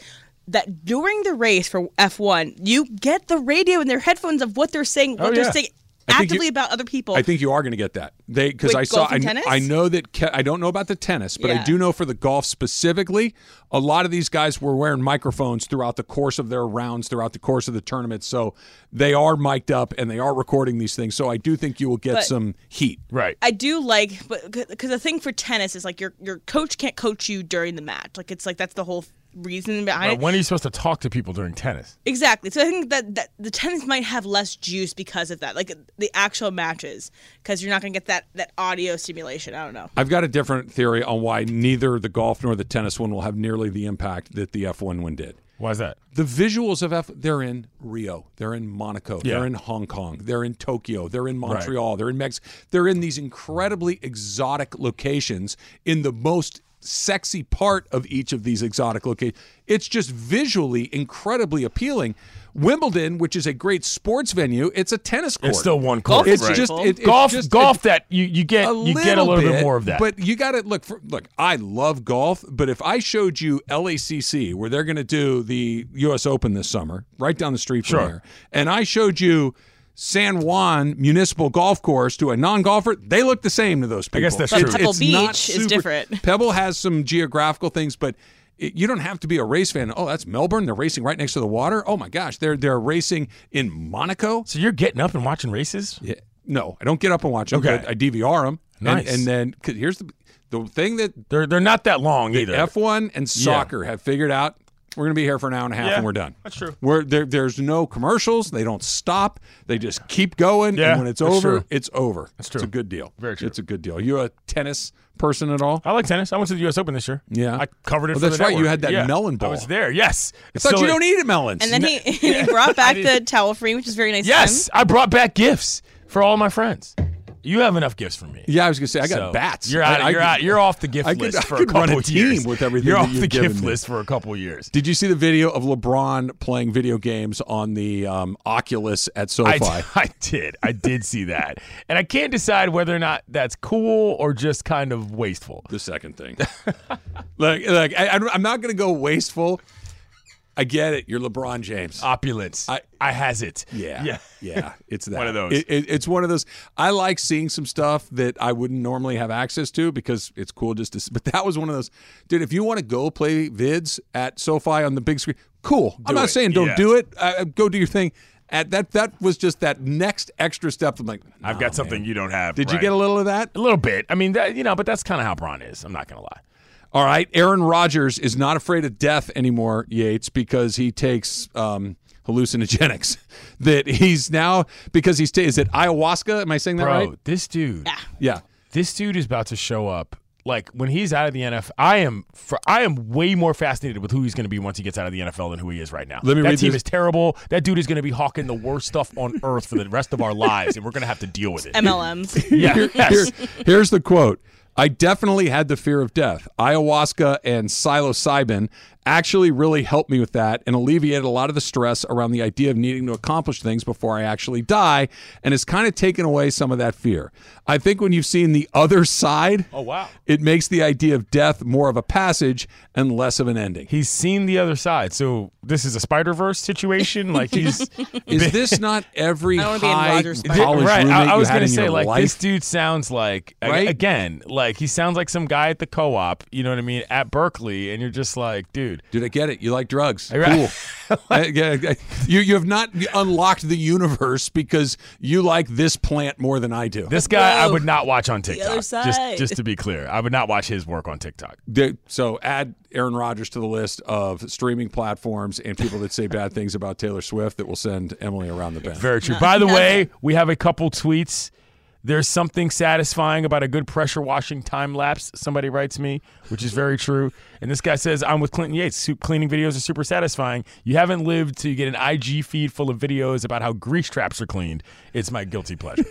S3: that during the race for F1, you get the radio and their headphones of what they're saying, what
S2: Oh,
S3: they're
S2: yeah.
S3: saying
S1: I think you-
S3: actively about other people.
S1: I think you are going to get that. They because
S3: With
S1: I saw
S3: golf
S1: I,
S3: and
S1: kn-
S3: tennis?
S1: I know that Ke- I don't know about the tennis, but I
S3: Yeah.
S1: do know for the golf specifically, a lot of these guys were wearing microphones throughout the course of their rounds, throughout the course of the tournament, so they are mic'd up and they are recording these things. So I do think you will get
S3: But-
S1: some heat.
S2: Right.
S3: I do like, but because the thing for tennis is like your your coach can't coach you during the match. Like it's like that's the whole reason behind
S2: But
S3: it.
S2: when are you supposed to talk to people during tennis?
S3: Exactly. So I think that, that the tennis might have less juice because of that, like the actual matches, because you're not going to get that that audio stimulation. I don't know.
S1: I've got a different theory on why neither the golf nor the tennis one will have nearly the impact that the F1 one did.
S2: Why is that?
S1: the visuals of F they're in Rio, they're in Monaco,
S2: Yeah.
S1: they're in Hong Kong, they're in Tokyo, they're in Montreal, they're in Mexico. They're in these incredibly exotic locations in the most sexy part of each of these exotic locations. It's just visually incredibly appealing. Wimbledon, which is a great sports venue, it's a tennis court.
S2: It's still one court.
S1: It's
S2: right.
S1: just it- it's
S2: golf.
S1: just a-
S2: golf that you, you get you get a little bit, more of that.
S1: but you got to look for look. I love golf, but if I showed you LACC where they're going to do the U.S. Open this summer, right down the street from
S2: Sure.
S1: here, and I showed you San Juan Municipal Golf Course to a non-golfer, they look the same to those people.
S2: guess that's
S1: It's-
S2: true.
S3: Pebble
S1: it's not
S3: Beach is
S1: super-
S3: different. [LAUGHS]
S1: Pebble has some geographical things, but. it- You don't have to be a race fan. Oh, that's Melbourne. They're racing right next to the water. Oh my gosh, they're they're racing in Monaco.
S2: so you're getting up and watching races.
S1: Yeah. No, I don't get up and watch them.
S2: Okay.
S1: But I DVR them.
S2: Nice.
S1: And, and then 'cause here's the the thing that
S2: They're they're not that long either.
S1: F1 and soccer have figured out. We're going to be here for an hour and a half,
S2: Yeah,
S1: and we're done.
S2: that's true.
S1: We're, there, there's no commercials. They don't stop. They just keep going.
S2: Yeah,
S1: and when it's
S2: that's
S1: over,
S2: true.
S1: it's over.
S2: That's
S1: It's a
S2: true.
S1: good deal.
S2: Very true.
S1: It's a good deal. You a tennis person at all?
S2: I like tennis. I went to the U.S. Open this year.
S1: Yeah.
S2: I covered
S1: Oh,
S2: it. for the
S1: that's right. You
S2: network.
S1: had that
S2: Yeah.
S1: melon
S2: I
S1: ball.
S2: was there. Yes.
S1: I thought
S2: So
S1: you
S2: it-
S1: don't eat melons.
S3: And then he, [LAUGHS] he brought back the towel free, which is very nice. of him.
S2: Yes, I brought back gifts for all my friends. You have enough gifts for me.
S1: yeah, I was going to say I got
S2: So,
S1: bats.
S2: You're out.
S1: I- I
S2: you're
S1: could-
S2: out. You're off the gift
S1: I could-
S2: list
S1: I
S2: for a
S1: could
S2: couple
S1: run a team
S2: years.
S1: with everything
S2: You're
S1: that
S2: off
S1: you've
S2: the gift
S1: given me.
S2: list for a couple years.
S1: Did you see the video of LeBron playing video games on the um, Oculus at SoFi?
S2: I, d- [LAUGHS] I did. I did see that, and I can't decide whether or not that's cool or just kind of wasteful.
S1: the second thing. like, like I, I don't- I'm not going to go wasteful. I get it. You're LeBron James.
S2: Opulence. I, I has it.
S1: yeah,
S2: Uh, Yeah.
S1: yeah. It's that
S2: One of [LAUGHS] those.
S1: It, it, it's one of those. I like seeing some stuff that I wouldn't normally have access to because it's cool just to. s- But that was one of those, dude. If you want to go play vids at SoFi on the big screen, cool. I'm not
S2: it.
S1: saying don't
S2: Yeah.
S1: do it. Uh, go do your thing. At that, that was just that next extra step. I'm like,
S2: I've got something you don't have.
S1: Oh, did you
S2: right.
S1: get a little of that?
S2: a little bit? I mean, that, you know, but that's kind of how Braun is. I'm not gonna lie.
S1: All right, Aaron Rodgers is not afraid of death anymore, Yates, because he takes um, hallucinogenics. [LAUGHS] that he's now because he's ta- is it ayahuasca? Am I saying that
S2: Bro,
S1: right?
S2: this dude.
S1: Yeah.
S2: this dude is about to show up. Like when he's out of the NFL, I am for, I am way more fascinated with who he's going to be once he gets out of the NFL than who he is right now.
S1: Let me
S2: that
S1: read
S2: team
S1: this-
S2: is terrible. That dude is going to be hawking the worst stuff on [LAUGHS] earth for the rest of our lives, and we're going to have to deal with it. [LAUGHS]
S3: MLMs.
S2: yeah,
S1: Here-
S2: yes.
S1: here's the quote. I definitely had the fear of death. Ayahuasca and psilocybin actually really helped me with that and alleviated a lot of the stress around the idea of needing to accomplish things before I actually die and has kind of taken away some of that fear. I think when you've seen the other side,
S2: Oh, wow.
S1: it makes the idea of death more of a passage and less of an ending.
S2: he's seen the other side, so this is a Spider Verse situation. Like
S1: [LAUGHS]
S2: he's
S1: Is this
S2: [LAUGHS]
S1: not every
S3: I don't wanna be in
S1: high
S3: Roger's spot.
S1: college
S2: right.
S1: roommate
S2: I, I
S1: you
S2: was
S1: had
S2: gonna
S1: in
S2: say
S1: your
S2: like
S1: life?
S2: this dude sounds like ag-
S1: Right?
S2: again, like he sounds like some guy at the co-op. You know what I mean? At Berkeley, and you're just like, dude.
S1: Dude, I get it. You like drugs.
S2: Right. [LAUGHS]
S1: Cool. I- yeah, I- you you have not unlocked the universe because you like this plant more than I do.
S2: This guy I
S3: Whoa.
S2: would not watch on TikTok.
S3: other
S2: Just,
S3: side.
S2: just to be clear, I would not watch his work on TikTok.
S1: Dude, so add Aaron Rodgers to the list of streaming platforms and people that say bad things about Taylor Swift that will send Emily around the bend.
S2: Very
S1: [LAUGHS]
S2: true. By the way, we have a couple tweets. There's something satisfying about a good pressure washing time lapse. Somebody writes me, which is very true. And this guy says, "I'm with Clinton Yates. Soup cleaning videos are super satisfying. You haven't lived till you get an IG feed full of videos about how grease traps are cleaned. It's my guilty
S1: [LAUGHS]
S2: pleasure.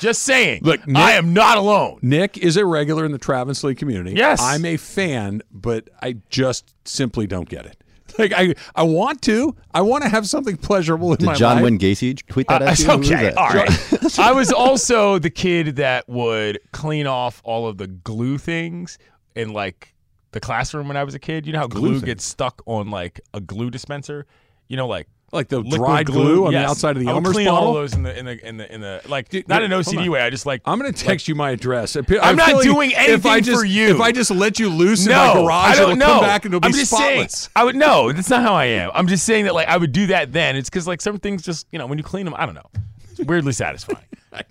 S2: just saying.
S1: Look, Nick-
S2: I am not alone.
S1: Nick is a regular in the Travis Lee community.
S2: Yes.
S1: I'm a fan, but I just simply don't get it. [LAUGHS] Like I, I want to. I want to have something pleasurable in my
S4: Did John
S1: life.
S4: Wayne Gacy tweet that at you? Who was
S2: Uh, okay,
S4: that?
S1: [LAUGHS]
S2: all right. I was also the kid that would clean off all of the glue things in like the classroom when I was a kid. You know how glue,
S1: things.
S2: gets stuck on like a glue dispenser. You know, like
S1: like the
S2: liquid
S1: dry glue, on
S2: yes.
S1: the outside of the
S2: I would
S1: Elmer's
S2: clean
S1: bottle.
S2: all those in the in the in the in the like
S1: Dude,
S2: not
S1: wait,
S2: an
S1: hold
S2: OCD
S1: on.
S2: way. I just like
S1: I'm gonna text you my address. I pe-
S2: I'm
S1: I feel
S2: not
S1: like
S2: doing
S1: if I
S2: anything
S1: just,
S2: for you.
S1: If I just let you loose in my garage,
S2: I don't
S1: it'll
S2: know.
S1: come back and it'll be
S2: I'm just
S1: spotless. [LAUGHS]
S2: Saying, I would no. That's not how I am. I'm just saying that like I would do that then. It's because like some things just you know when you clean them, I don't know. It's weirdly satisfying.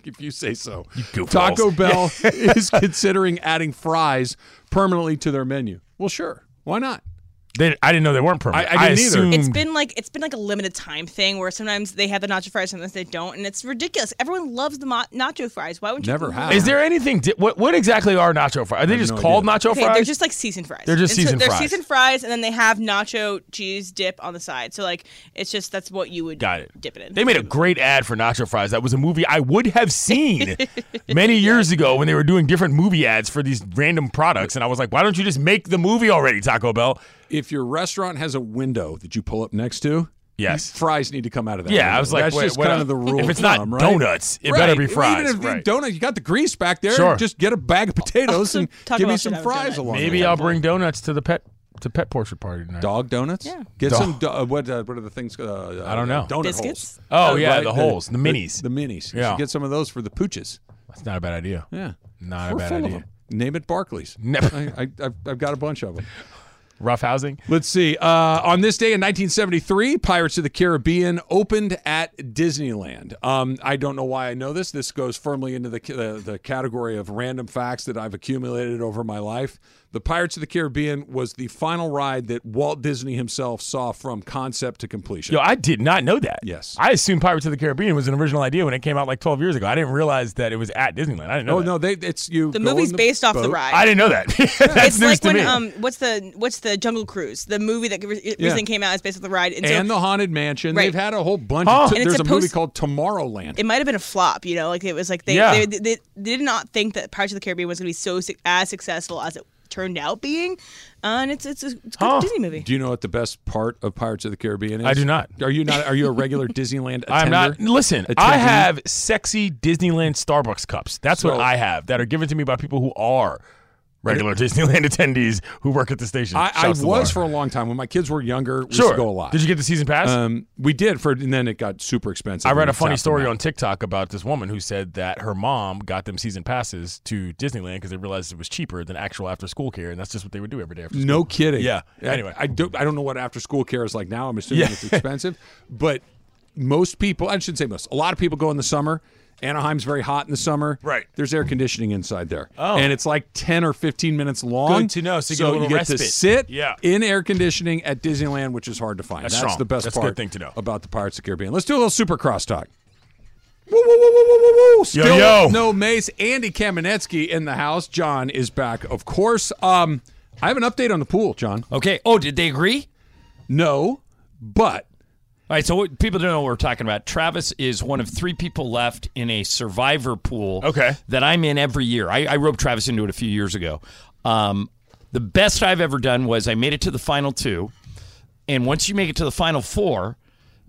S1: if you say so.
S2: goofballs.
S1: Taco
S2: [LAUGHS]
S1: Bell is considering adding fries permanently to their menu. Well, sure. Why not?
S2: They, I didn't know they weren't permanent.
S1: I- I didn't either.
S2: assumed,
S3: It's been like it's been like a limited time thing where sometimes they have the nacho fries, sometimes they don't, and it's ridiculous. Everyone loves the mo- nacho fries. Why wouldn't you?
S1: Never
S3: do
S1: have.
S3: that?
S2: Is there anything? Di- what what exactly are nacho fries? Are they just
S1: no
S2: called
S1: idea.
S2: nacho
S3: Okay,
S2: fries?
S3: they're just like seasoned fries.
S2: They're just
S3: And so
S2: seasoned
S3: they're
S2: fries.
S3: seasoned fries, and then they have nacho cheese dip on the side. So like it's just that's what you would
S2: Got it.
S3: dip it in.
S2: They made a great ad for nacho fries. That was a movie I would have
S3: [LAUGHS]
S2: seen many years ago when they were doing different movie ads for these random products, and I was like, why don't you just make the movie already, Taco Bell?
S1: If your restaurant has a window that you pull up next to,
S2: Yes.
S1: fries need to come out of that.
S2: Yeah,
S1: window.
S2: I was like,
S1: that's
S2: wait,
S1: just
S2: what-
S1: kind of the rule.
S2: if
S1: of
S2: it's not
S1: thumb, right?
S2: donuts, it better be
S1: Right.
S2: fries,
S1: Even if
S2: right.
S1: it's donuts, you got the grease back there.
S2: Sure.
S1: Just get a bag
S2: [LAUGHS]
S1: of potatoes and
S3: Taco
S1: give me
S3: Bell
S1: some
S3: should have a
S1: fries
S3: donut.
S1: along. the
S2: Maybe
S1: way.
S2: I'll bring donuts to the pet to pet portrait party tonight.
S1: dog donuts. Yeah, get
S2: Dog-
S1: some. Do- uh, what uh, what are the things? Uh,
S2: I don't know.
S1: uh, Donut
S3: Biscuits?
S1: holes.
S2: Oh, yeah,
S1: right,
S2: the holes, the minis.
S1: the, minis. You
S2: Yeah.
S1: should get some of those for the pooches.
S2: That's not a bad idea.
S1: Yeah,
S2: Not a
S1: We're
S2: bad
S1: full of
S2: idea.
S1: them. Name it Barclays.
S2: No.
S1: I, I, I've, I've got a bunch of them.
S2: Rough housing.
S1: Let's see. Uh, on this day in 1973, Pirates of the Caribbean opened at Disneyland. Um, I don't know why I know this. This goes firmly into the, the the category of random facts that I've accumulated over my life. The Pirates of the Caribbean was the final ride that Walt Disney himself saw from concept to completion.
S2: Yo, I did not know that.
S1: Yes.
S2: I assumed Pirates of the Caribbean was an original idea when it came out like 12 years ago. I didn't realize that it was at Disneyland. I didn't know.
S1: oh
S2: that.
S1: no, they it's you.
S3: the
S1: go
S3: movie's
S1: in
S3: based off the
S1: boat.
S3: ride.
S2: I didn't know that. [LAUGHS] That's
S3: it's
S2: news
S3: like
S2: to
S3: when
S2: me.
S3: um what's the what's the Jungle Cruise the movie that re-
S1: Yeah.
S3: recently came out is based on the ride and, so
S1: And the haunted mansion.
S3: Right.
S1: They've had a whole bunch.
S2: Huh.
S1: Of
S2: And
S3: it's
S1: there's a, movie
S3: supposed-
S1: called Tomorrowland.
S3: it might have been a flop you know like it was like they
S2: Yeah.
S3: they, they, they did not think that Pirates of the Caribbean was going to be so su- as successful as it turned out being uh, and it's it's a, it's a good
S2: Huh.
S3: Disney movie
S1: Do you know what the best part of Pirates of the Caribbean is?
S2: I do not.
S1: Are you not? Are you a
S2: [LAUGHS]
S1: regular Disneyland? Attender?
S2: I'm not. Listen, I
S1: Attendee?
S2: have sexy Disneyland Starbucks cups. That's what
S1: So-
S2: I have that are given to me by people who are regular Disneyland [LAUGHS] attendees who work at the station.
S1: I, I
S2: Shouts to
S1: was for
S2: Laura.
S1: a long time when my kids were younger. We
S2: sure.
S1: used to go a lot.
S2: Did you get the season pass?
S1: Um, we did for, and then it got super expensive.
S2: I read
S1: and
S2: a
S1: we
S2: funny
S1: tapped
S2: story
S1: them
S2: on TikTok about this woman who said that her mom got them season passes to Disneyland because they realized it was cheaper than actual after school care, and that's just what they would do every day after
S1: out.
S2: school.
S1: No kidding.
S2: Yeah.
S1: I-
S2: Anyway.
S1: I don't. I don't know what after school care is like now. I'm assuming
S2: Yeah.
S1: it's expensive, but most people. I shouldn't say most. A lot of people go in the summer. Anaheim's very hot in the summer.
S2: Right.
S1: There's air conditioning inside there.
S2: Oh.
S1: And it's like 10 or 15 minutes long.
S2: Good to know, so you get a little
S1: get to
S2: respite.
S1: sit
S2: Yeah.
S1: in air conditioning at Disneyland, which is hard to find.
S2: That's
S1: That's,
S2: strong.
S1: the best
S2: That's a
S1: part
S2: good thing to know.
S1: about the Pirates of the Caribbean. Let's do a little super crosstalk. Woo, woo, woo, woo, woo, woo, woo. Still
S2: yo.
S1: no Mace. Andy Kamenetsky in the house. John is back, of course. Um, I have an update on the pool, John.
S7: Okay. Oh, did they agree?
S1: No, but
S7: All right. So what, people don't know what we're talking about. Travis is one of three people left in a survivor pool.
S2: Okay.
S7: That I'm in every year. I, I roped Travis into it a few years ago. Um, the best I've ever done was I made it to the final two, and once you make it to the final four,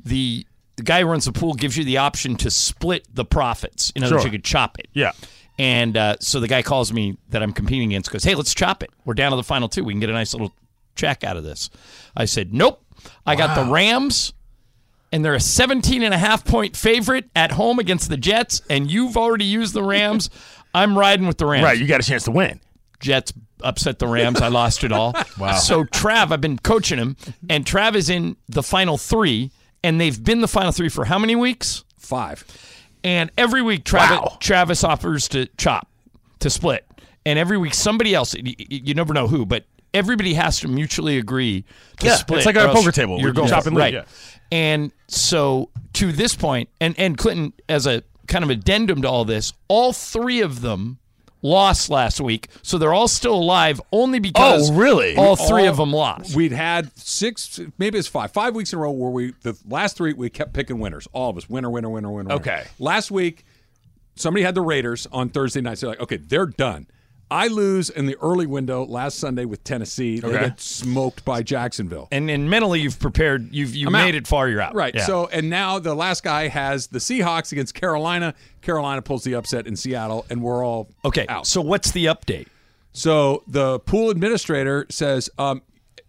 S7: the the guy who runs the pool gives you the option to split the profits. In other words,
S2: Sure.
S7: you could chop it.
S2: Yeah.
S7: And uh, so the guy calls me that I'm competing against, goes, Hey, let's chop it. We're down to the final two. We can get a nice little check out of this. I said, Nope. I got the Rams, and they're a 17 and a half point favorite at home against the Jets, and you've already used the
S2: [LAUGHS]
S7: Rams. I'm riding with the Rams.
S2: Right, you got a chance to win.
S7: Jets upset the Rams. I lost it
S2: [LAUGHS]
S7: all. wow. So Trav, I've been coaching him, and Trav is in the final three, and they've been the final three for how many weeks?
S1: five.
S7: And every week, Travis,
S2: Wow.
S7: Travis offers to chop, to split. And every week, somebody else, y- y- you never know who, but everybody has to mutually agree to
S2: Yeah,
S7: split.
S2: it's like at a
S7: or else
S2: poker table.
S7: You're
S2: We
S7: going
S2: chop and leave,
S7: right.
S2: yeah.
S7: And so to this point, and, and Clinton, as a kind of addendum to all this, all three of them lost last week. So they're all still alive only because
S2: really?
S7: Oh, all three of them lost.
S1: We'd had six, maybe it's five, five weeks in a row where we the last three we kept picking winners. All of us, winner, winner, winner, winner. winner.
S2: Okay.
S1: Last week, somebody had the Raiders on Thursday night. So they're like, okay, they're done. I lose in the early window last Sunday with Tennessee. They
S7: Okay.
S1: get smoked by Jacksonville.
S7: And and mentally you've prepared you've you
S1: I'm
S7: made
S1: out.
S7: it far you're out.
S1: Right.
S7: Yeah.
S1: So, and now the last guy has the Seahawks against Carolina. Carolina pulls the upset in Seattle, and we're all
S7: Okay.
S1: Out.
S7: So what's the update?
S1: So the pool administrator says, um,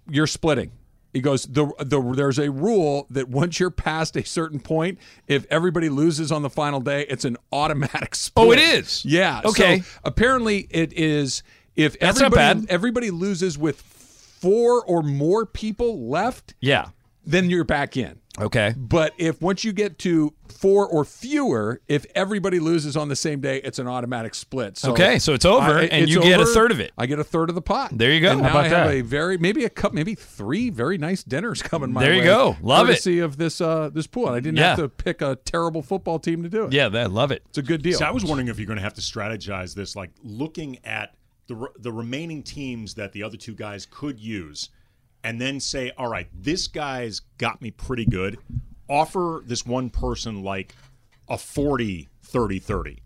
S1: "You're splitting." He goes, the, the, "There's a rule that once you're past a certain point, if everybody loses on the final day, it's an automatic [LAUGHS] split."
S7: Oh, it is?
S1: Yeah.
S7: Okay.
S1: So apparently, it is. If
S7: That's not
S1: everybody
S7: bad.
S1: everybody loses with four or more people left,
S7: Yeah. Oh,
S1: then you're back in.
S7: Okay.
S1: But if once you get to four or fewer, if everybody loses on the same day, it's an automatic split. So
S7: Okay, so it's over, and
S1: it's
S7: you get a third of it.
S1: I get a third of the pot.
S7: There you go.
S1: And
S7: How
S1: now
S7: about
S1: I have
S7: that?
S1: a very maybe a cup, maybe three very nice dinners coming my
S7: There
S1: way.
S7: you go. Love it.
S1: courtesy of this uh, this pool, and I didn't have
S7: Yeah.
S1: to pick a terrible football team to do it.
S7: Yeah, that love it.
S1: it's a good deal.
S8: So I was wondering if you're going to have to strategize this, like looking at the re- the remaining teams that the other two guys could use, and then say, "All right, this guy's got me pretty good." Offer this one person like a 40 30 30.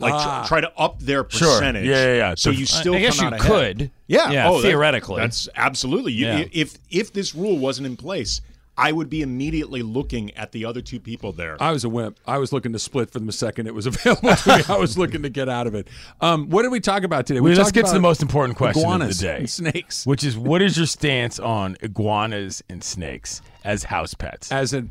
S8: Like tr-
S6: Ah.
S8: try to up their percentage.
S2: Yeah, yeah, yeah.
S8: So
S2: Def-
S8: you
S7: I-
S8: still
S7: I guess
S8: come
S7: you
S8: out ahead.
S7: could.
S8: Yeah.
S7: Yeah,
S8: Oh, that-
S7: theoretically.
S8: that's absolutely. You,
S7: Yeah.
S8: If if this rule wasn't in place, I would be immediately looking at the other two people there.
S1: I was a wimp. I was looking to split from the second it was [LAUGHS] available to me. I was looking to get out of it. Um, what did we talk about today?
S2: Well, let's
S1: talked
S2: get to the
S1: about
S2: most important question of the
S1: iguanas
S2: day.
S1: and Snakes.
S2: Which is what is your stance on iguanas and snakes as house pets?
S1: as a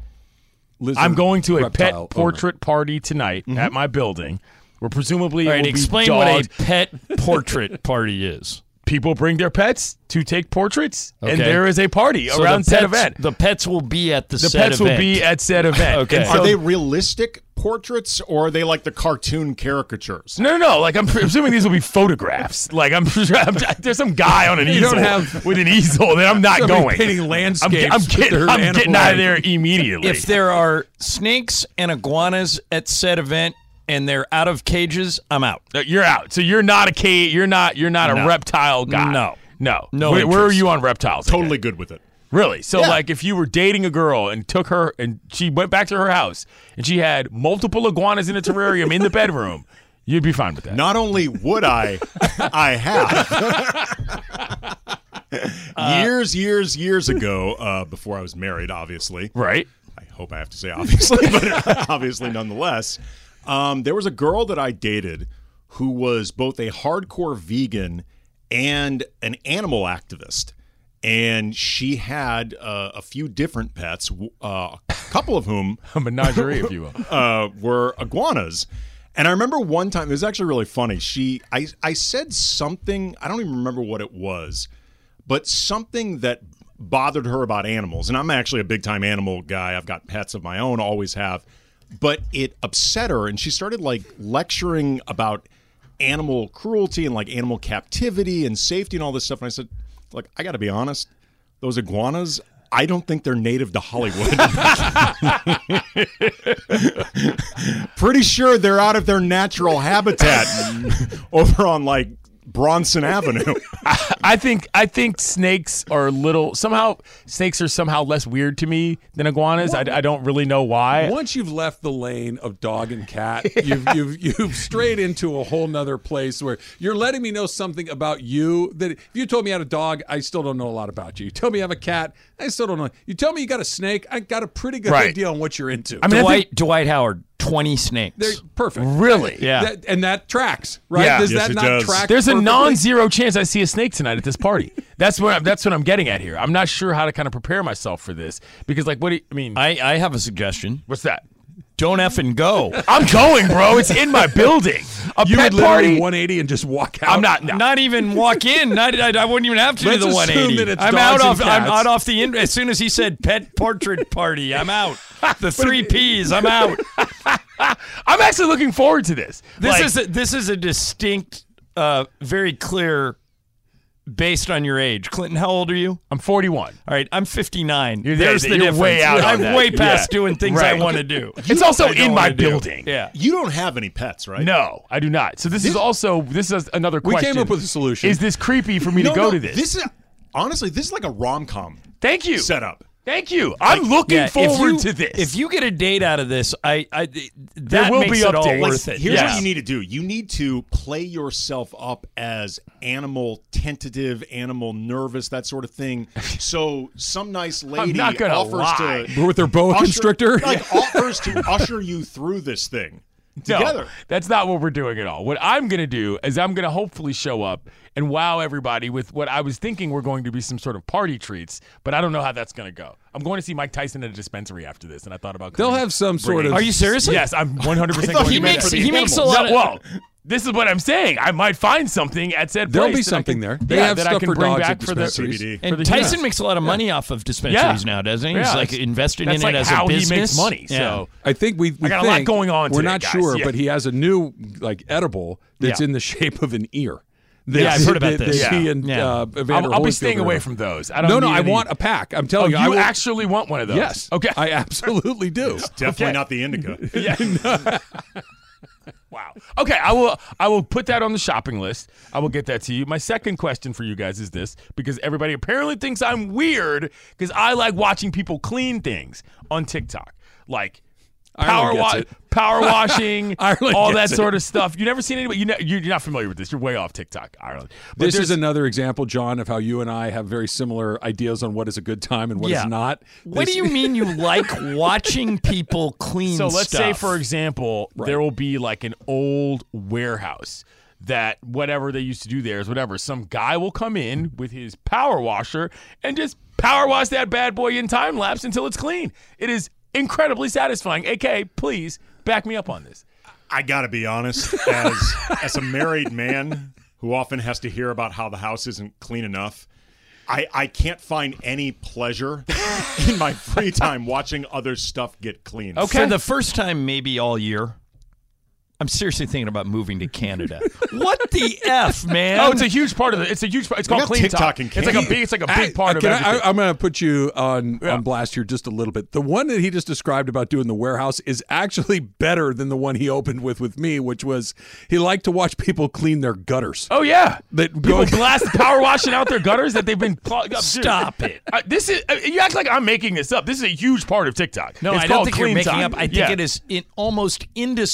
S1: lizard
S2: I'm going to a
S1: reptile
S2: pet
S1: owner.
S2: portrait party tonight
S8: Mm-hmm.
S2: at my building, where presumably
S7: All
S2: it
S7: right,
S2: will
S7: explain
S2: be
S7: what
S2: dogged.
S7: a pet portrait [LAUGHS] party is.
S2: People bring their pets to take portraits, and
S7: Okay.
S2: there is a party
S7: So
S2: around
S7: the
S2: said
S7: pets,
S2: event.
S7: The pets will be at the,
S2: The
S7: said
S2: pets will
S7: event.
S2: be at
S7: [LAUGHS]
S2: said event.
S7: Okay.
S2: And
S7: Are
S8: Are
S2: so-
S8: they realistic portraits or are they like the cartoon caricatures?
S2: No, no, no. Like I'm presuming these will be photographs. Like I'm, [LAUGHS] I'm there's some guy on an
S1: You
S2: easel
S1: don't have-
S2: with an easel that I'm not
S1: Somebody
S2: going.
S1: painting
S2: I'm,
S1: landscapes.
S2: ge- I'm
S1: with
S2: getting,
S1: their
S2: I'm
S1: animal
S2: getting out of
S1: eye.
S2: there immediately.
S7: if there are snakes and iguanas at said event and they're out of cages, I'm out.
S2: No, you're out. So you're not a cage. You're not. You're not
S7: No.
S2: a reptile guy.
S7: No.
S2: No.
S7: No
S2: Where, where are
S7: interest.
S2: you on reptiles? again?
S8: Totally good with it.
S2: Really? So like, if you were dating a girl and took her and she went back to her house and she had multiple iguanas in a terrarium in the bedroom, you'd be fine with that.
S8: Not only would I, I have.
S2: Uh,
S8: years, years, years ago, uh, before I was married, obviously.
S2: Right.
S8: I hope I have to say obviously, [LAUGHS] but obviously nonetheless. Um, there was a girl that I dated who was both a hardcore vegan and an animal activist. And she had uh, a few different pets, w- uh, a couple of whom
S2: A menagerie, if
S1: [LAUGHS]
S2: you will.
S8: uh, were iguanas. And I remember one time, it was actually really funny. She, I, I said something, I don't even remember what it was, but something that bothered her about animals. And I'm actually a big time animal guy. I've got pets of my own, always have. But it upset her, and she started like lecturing about animal cruelty and like animal captivity and safety and all this stuff. And I said, like, I got to be honest, those iguanas, I don't think they're native to Hollywood. pretty sure they're out of their natural habitat over on like Bronson Avenue.
S2: I think I think snakes are a little somehow snakes are somehow less weird to me than iguanas. I, I don't really know why.
S1: Once you've left the lane of dog and
S2: [LAUGHS]
S1: cat, you've, you've you've strayed into a whole nother place where you're letting me know something about you that if you told me I had a dog, I still don't know a lot about you. You tell me I have a cat, I still don't know. You tell me you got a snake, I got a pretty good
S2: Right.
S1: idea on what you're into.
S2: I mean,
S7: Dwight
S2: I think-
S7: Dwight Howard, twenty snakes.
S1: They're perfect.
S2: Really?
S7: Yeah.
S1: That- and that tracks, right?
S2: Yeah.
S1: Does
S8: Yes,
S1: that
S8: it
S1: not
S8: does.
S1: track?
S2: There's a
S1: perfectly?
S2: non-zero chance I see a snake tonight at this party. That's what I'm, that's what I'm getting at here. I'm not sure how to kind of prepare myself for this because, like, what do you, I mean?
S7: I, I have a suggestion.
S2: what's that?
S7: Don't f and go.
S2: I'm going, bro. It's in my building. A
S1: You
S2: pet
S1: would literally
S2: party.
S1: 180 and just walk out.
S2: I'm not. No.
S7: Not even walk
S2: [LAUGHS]
S7: in. Not, I, I wouldn't even have to
S1: Let's
S7: do the 180.
S1: assume that it's
S7: I'm out off.
S1: dogs and
S7: I'm
S1: cats.
S7: out off the. In- as soon as he said pet portrait party, I'm
S2: [LAUGHS]
S7: out. The three P's. I'm out.
S2: I'm actually looking forward to this.
S7: This
S2: Like,
S7: is a, this is a distinct, uh, very clear, based on your age. Clinton, how old are you?
S2: I'm 41.
S7: All right, I'm 59.
S2: You're there,
S7: There's the
S2: you're
S7: difference.
S2: way out on
S7: I'm
S2: that.
S7: way past
S2: Yeah.
S7: doing things
S2: Right.
S7: I want to do.
S2: it's also
S7: I don't
S2: in my
S7: wanna do.
S2: building.
S7: Yeah.
S8: You don't have any pets, right?
S2: No, I do not. So this is also this is another
S1: We
S2: question.
S1: came up with a solution.
S2: Is this creepy for me
S8: No,
S2: to go
S8: no,
S2: to this?
S8: This is honestly, this is like a rom com
S2: Thank you.
S8: setup.
S7: Thank you. I'm looking
S2: yeah, if
S7: forward
S2: you-
S7: to this. If you get a date out of this, I, I that
S8: That
S7: will be it all worth it.
S8: Here's
S7: Yeah.
S8: what you need to do. You need to play yourself up as animal tentative, animal nervous, that sort of thing. So some nice lady
S7: not gonna
S8: offers
S7: lie.
S8: to
S1: We're with their boa
S8: usher-
S1: constrictor.
S8: like offers to usher you through this thing
S2: No,
S8: together.
S2: that's not what we're doing at all. What I'm going to do is I'm going to hopefully show up and wow everybody with what I was thinking were going to be some sort of party treats, but I don't know how that's going to go. I'm going to see Mike Tyson at a dispensary after this, and I thought about.
S1: They'll
S2: coming-
S1: have some sort
S2: bringing-
S1: of- Are you
S7: seriously? [LAUGHS]
S2: Yes, I'm 100. percent
S7: I thought he makes- he makes a lot
S2: Well, this is what I'm saying. I might find something at said.
S1: There'll
S2: place
S1: be
S2: that I
S1: something
S2: can-
S1: there. They
S2: yeah,
S1: have
S2: that I
S1: stuff
S2: can
S1: for
S2: bring
S1: dogs
S2: back
S1: at
S2: for the
S1: dispensaries.
S8: CBD.
S2: for the
S7: And Tyson
S2: kids.
S7: makes a lot of money off of dispensaries
S2: Yeah.
S7: now, doesn't he?
S2: Yeah,
S7: He's like
S2: that's-
S7: investing in
S2: that's
S7: it
S2: like
S7: as
S2: how
S7: a
S2: he makes
S7: business.
S2: money,
S7: Yeah.
S2: so-
S1: I think we, we
S2: I got a lot
S1: think-
S2: going on
S1: We're
S2: today,
S1: not
S2: guys.
S1: sure,
S2: Yeah.
S1: but he has a new like edible that's
S2: Yeah.
S1: in the shape of an ear. That-
S7: Yeah, I've heard about
S1: that-
S7: this.
S1: that He
S2: Yeah.
S1: and
S7: Yeah.
S1: uh, Evander
S2: I'll, I'll be
S1: Holyfield
S2: staying
S1: are
S2: away
S1: in.
S2: from those. I don't.
S1: No, no,
S2: need
S1: I
S2: any-
S1: want a pack. I'm
S2: Oh,
S1: telling
S2: you
S1: I will-
S2: actually want one of those? Oh,
S1: Yes.
S2: Okay.
S1: I absolutely do.
S8: Definitely not the
S2: [LAUGHS]
S8: indica.
S1: [LAUGHS]
S2: Wow. Okay, I will I will put that on the shopping list. I will get that to you. My second question for you guys is this because everybody apparently thinks I'm weird because I like watching people clean things on TikTok. Like power
S1: Ireland gets
S2: wa-
S1: it. [LAUGHS]
S2: power washing,
S1: Ireland
S2: all that
S1: gets it.
S2: sort of stuff. You never seen anybody you know, you're not familiar with this. You're way off TikTok, Ireland. But
S1: This
S2: there's-
S1: is another example, John, of how you and I have very similar ideas on what is a good time and what is
S7: Yeah.
S1: not.
S7: What
S1: This-
S2: [LAUGHS]
S7: do you mean you like watching people clean
S2: So let's say,
S7: stuff?
S2: for example, there will be like an old warehouse that whatever they used to do there is whatever. Some guy will come in with his power washer and just power wash that bad boy in time lapse until it's clean. It is incredibly satisfying. AK, please back me up on this.
S8: I gotta be honest, as [LAUGHS] as a married man who often has to hear about how the house isn't clean enough, I, I can't find any pleasure [LAUGHS] in my free time watching other stuff get clean.
S7: For the first time, maybe all year. I'm seriously thinking about moving to
S2: [LAUGHS]
S7: Canada. what the f, man?
S2: Oh, it's a huge part of it. It's a huge part. It's called
S8: got
S2: clean
S8: TikTok
S2: Top.
S8: in
S2: It's like a
S8: Canada.
S2: big. It's like a big
S1: I-
S2: part
S1: can
S2: of everything.
S1: I, am going to put you on,
S2: Yeah.
S1: on blast here just a little bit. The one that he just described about doing the warehouse is actually better than the one he opened with with me, which was he liked to watch people clean their gutters.
S2: Oh yeah,
S1: That
S2: people
S1: go-
S2: blast power washing out their gutters that
S7: [LAUGHS]
S2: they've been clogged up. Dude,
S7: Stop it.
S2: I- this is I- you act like I'm making this up. This is a huge part of TikTok.
S7: no,
S2: It's
S7: I don't
S2: called
S7: think you're
S2: clean
S7: making
S2: time.
S7: up. I think
S2: Yeah.
S7: it is in almost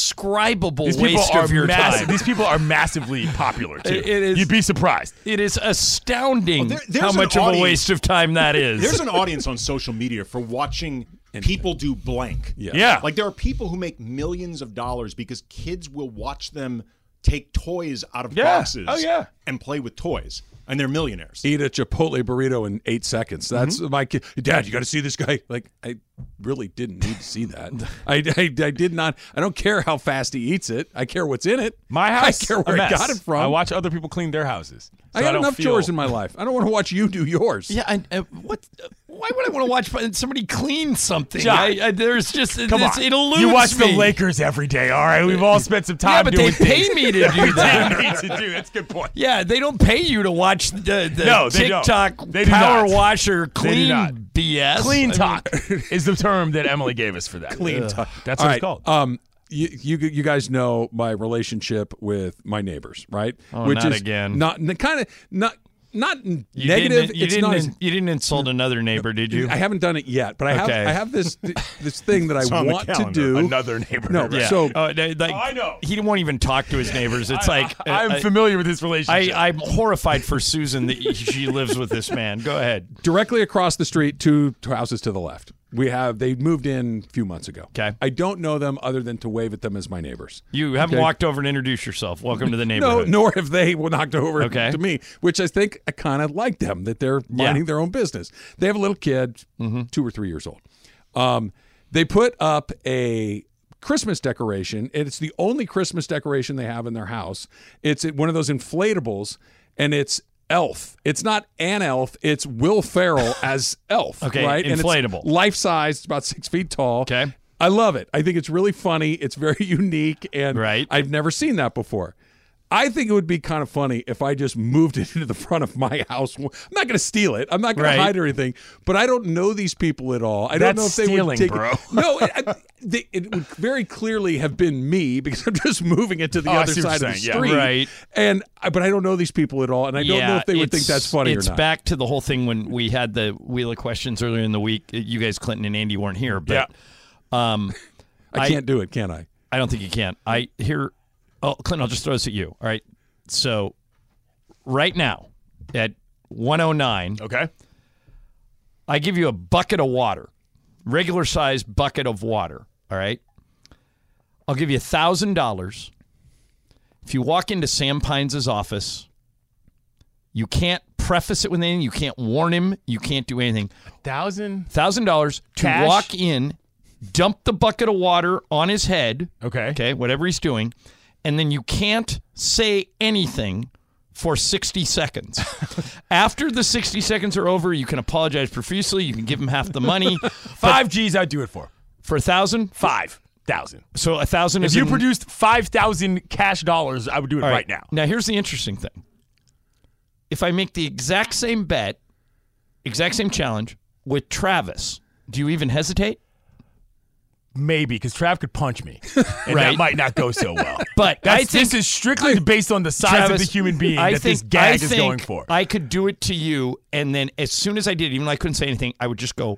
S7: indescribable
S2: These people
S7: waste
S2: are
S7: of your time.
S2: massive. These people
S7: [LAUGHS]
S2: are massively popular too.
S7: It- it is-
S2: You'd be surprised.
S7: it is astounding
S8: there- there's
S7: how
S8: an
S7: much of a
S8: audience-
S7: waste of time that is.
S8: There's an audience on social media for watching people do blank.
S1: Yeah.
S2: Yeah.
S8: Like there are people who make millions of dollars because kids will watch them take toys out of
S2: Yeah.
S8: boxes
S2: Oh, yeah.
S8: and play with toys. And they're millionaires.
S1: Eat a Chipotle burrito in eight seconds.
S2: Mm-hmm.
S1: That's my kid. Dad, you got to see this guy. Like, I really didn't need to see that. I, I, I did not. I don't care how fast he eats it. I care what's in it.
S2: My
S1: [LAUGHS]
S2: house.
S1: I care
S2: a
S1: where I
S2: mess.
S1: got it from.
S2: I watch other people clean their houses.
S1: I got enough chores in my life. I don't want to watch you do yours.
S7: yeah, I, uh, what? Uh, why would I want to watch fi- somebody clean something?
S2: John,
S7: I, I, there's just
S2: Come
S7: it's,
S2: on,
S7: it eludes
S2: you watch
S7: me.
S2: the Lakers every day. All right, we've all spent some time.
S7: Yeah, but
S2: doing
S7: they pay
S2: [LAUGHS] things.
S7: me to do that.
S2: [LAUGHS] They need to do. That's a good point.
S7: Yeah, they don't pay you to watch the, the
S2: No, they don't.
S7: TikTok
S2: They do
S7: power
S2: not.
S7: washer
S2: They do
S7: clean
S2: not.
S7: BS. I
S2: Clean
S7: mean,
S2: talk is the term that Emily gave us for that. Clean talk. That's what
S1: All
S2: it's
S1: right,
S2: called.
S1: Um, you, you you guys know my relationship with my neighbors, right?
S7: Oh, not again.
S1: Not kind of not not
S7: you
S1: negative.
S7: Didn't, you,
S1: it's
S7: didn't
S1: not.
S7: in- you didn't insult another neighbor, did you?
S1: as, I haven't done it yet, but I have.
S7: Okay.
S1: I have this this
S7: [LAUGHS]
S1: thing that I
S8: on the
S1: want to
S8: calendar.
S1: do.
S2: Another neighbor.
S1: No,
S2: Right.
S1: so
S7: Oh, they- like,
S2: I know.
S7: He won't even talk to his neighbors. It's like
S2: I, am
S7: I,
S2: familiar with this
S7: I,
S2: relationship.
S7: I'm horrified for Susan that she lives with this man. Go ahead.
S1: directly across the street, two two houses to the left. We have they moved in a few months ago.
S7: Okay.
S1: I don't know them other than to wave at them as my neighbors.
S7: You haven't walked over and introduced yourself. Welcome to the
S1: No,
S7: neighborhood.
S1: nor have they [LAUGHS] knocked over
S7: Okay.
S1: to me, which I think I kind of like them that they're minding their own business. They have a little kid,
S7: Mm-hmm.
S1: two or three years old. Um, they put up a Christmas decoration, and it's the only Christmas decoration they have in their house. It's one of those inflatables, and it's Elf. It's not an elf. It's
S7: [LAUGHS]
S1: Will Ferrell as Elf.
S7: Okay,
S1: right? And it's
S7: inflatable.
S1: life size. It's about six feet tall.
S7: Okay.
S1: I love it. I think it's really funny. It's very [LAUGHS] unique, and
S7: Right.
S1: I've never seen that before. I think it would be kind of funny if I just moved [LAUGHS] it into the front of my house. I'm not going to steal it. I'm not going
S2: Right.
S1: to hide or anything. But I don't know these people at all. I don't
S9: That's
S1: know if they
S9: stealing,
S1: would take
S9: bro.
S1: It. [LAUGHS] No, it, I, they, it would very clearly have been me because I'm just moving it to the
S8: Oh, I
S1: other
S8: see what
S1: side
S8: you're
S1: of the
S8: saying. Yeah.
S1: street.
S2: Right.
S1: And I- but I don't know these people at all, and I don't know if they would think
S2: it's-
S1: that's funny
S2: It's
S1: or not.
S2: back to the whole thing when we had the wheel of questions earlier in the week. You guys, Clinton and Andy, weren't here, but um,
S1: I can't do it, can I?
S2: I don't think you can. I here, oh, Clinton, I'll just throw this at you. All right. So, right now at 109,
S8: Okay.
S2: I give you a bucket of water, regular size bucket of water. All right. I'll give you a thousand dollars. If you walk into Sam Pines' office, you can't preface it with anything. You can't warn him. You can't do anything.
S9: Thousand.
S2: Thousand dollars to
S9: Cash?
S2: walk in, dump the bucket of water on his head.
S9: Okay.
S2: Okay, whatever he's doing, and then you can't say anything for
S9: [LAUGHS]
S2: 60 seconds. After the 60 seconds are over, you can apologize profusely. You can give him half
S9: [LAUGHS]
S2: the money.
S9: Five G's, I'd do it for
S2: for a thousand.
S9: five thousand.
S2: So a thousand
S9: If
S2: is
S9: you
S2: in-
S9: produced five thousand cash dollars, I would do it
S2: All
S9: right now.
S2: Now here's the interesting thing. If I make the exact same bet, exact same challenge with Travis, do you even hesitate?
S9: Maybe because Trav could punch
S2: [LAUGHS]
S9: me, and that
S2: Right.
S9: might not go so well.
S2: [LAUGHS] But
S9: That's,
S2: I think
S9: this is strictly based on the size of the human being that this
S2: I
S9: gag is
S2: think
S9: going for.
S2: I could do it to you, and then as soon as I did, even though I couldn't say anything, I would just go.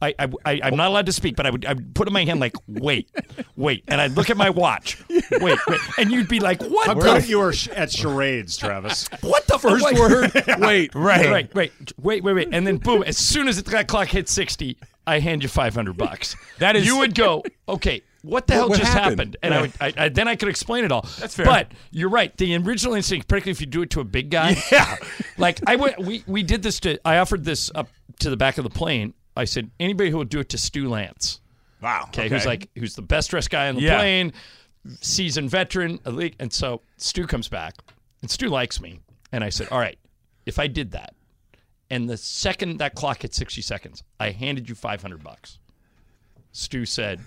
S2: I, I, I, I'm not allowed to speak, but I would, I would put in my hand like, wait, wait, and I'd look at my
S9: [LAUGHS]
S2: watch, wait, wait, and you'd be like, what?
S8: How
S2: the
S8: good you were sh- at
S2: [LAUGHS]
S8: charades, Travis.
S2: What the first
S9: [LAUGHS]
S1: word. Wait,
S2: Right, right, right, wait, wait, wait, and then boom! As soon as the clock hits sixty, I hand you five hundred bucks.
S9: That is-
S2: you would go, okay, what the hell
S1: what
S2: just happened?
S1: happened?
S2: And I would, I, I, then I could explain it all. That's
S9: fair.
S2: But you're right. The original instinct, particularly if you do it to a big guy, [LAUGHS]
S9: yeah,
S2: like I went, we we did this to. I offered this up to the back of the plane. I said anybody who will do it to Stu Lance,
S9: wow.
S2: okay, who's like who's the best dressed guy on the
S9: Yeah.
S2: plane, seasoned veteran, elite, and so Stu comes back, and Stu likes me, and I said, all right, if I did that, and the second that clock hit sixty seconds, I handed you five hundred bucks. Stu said,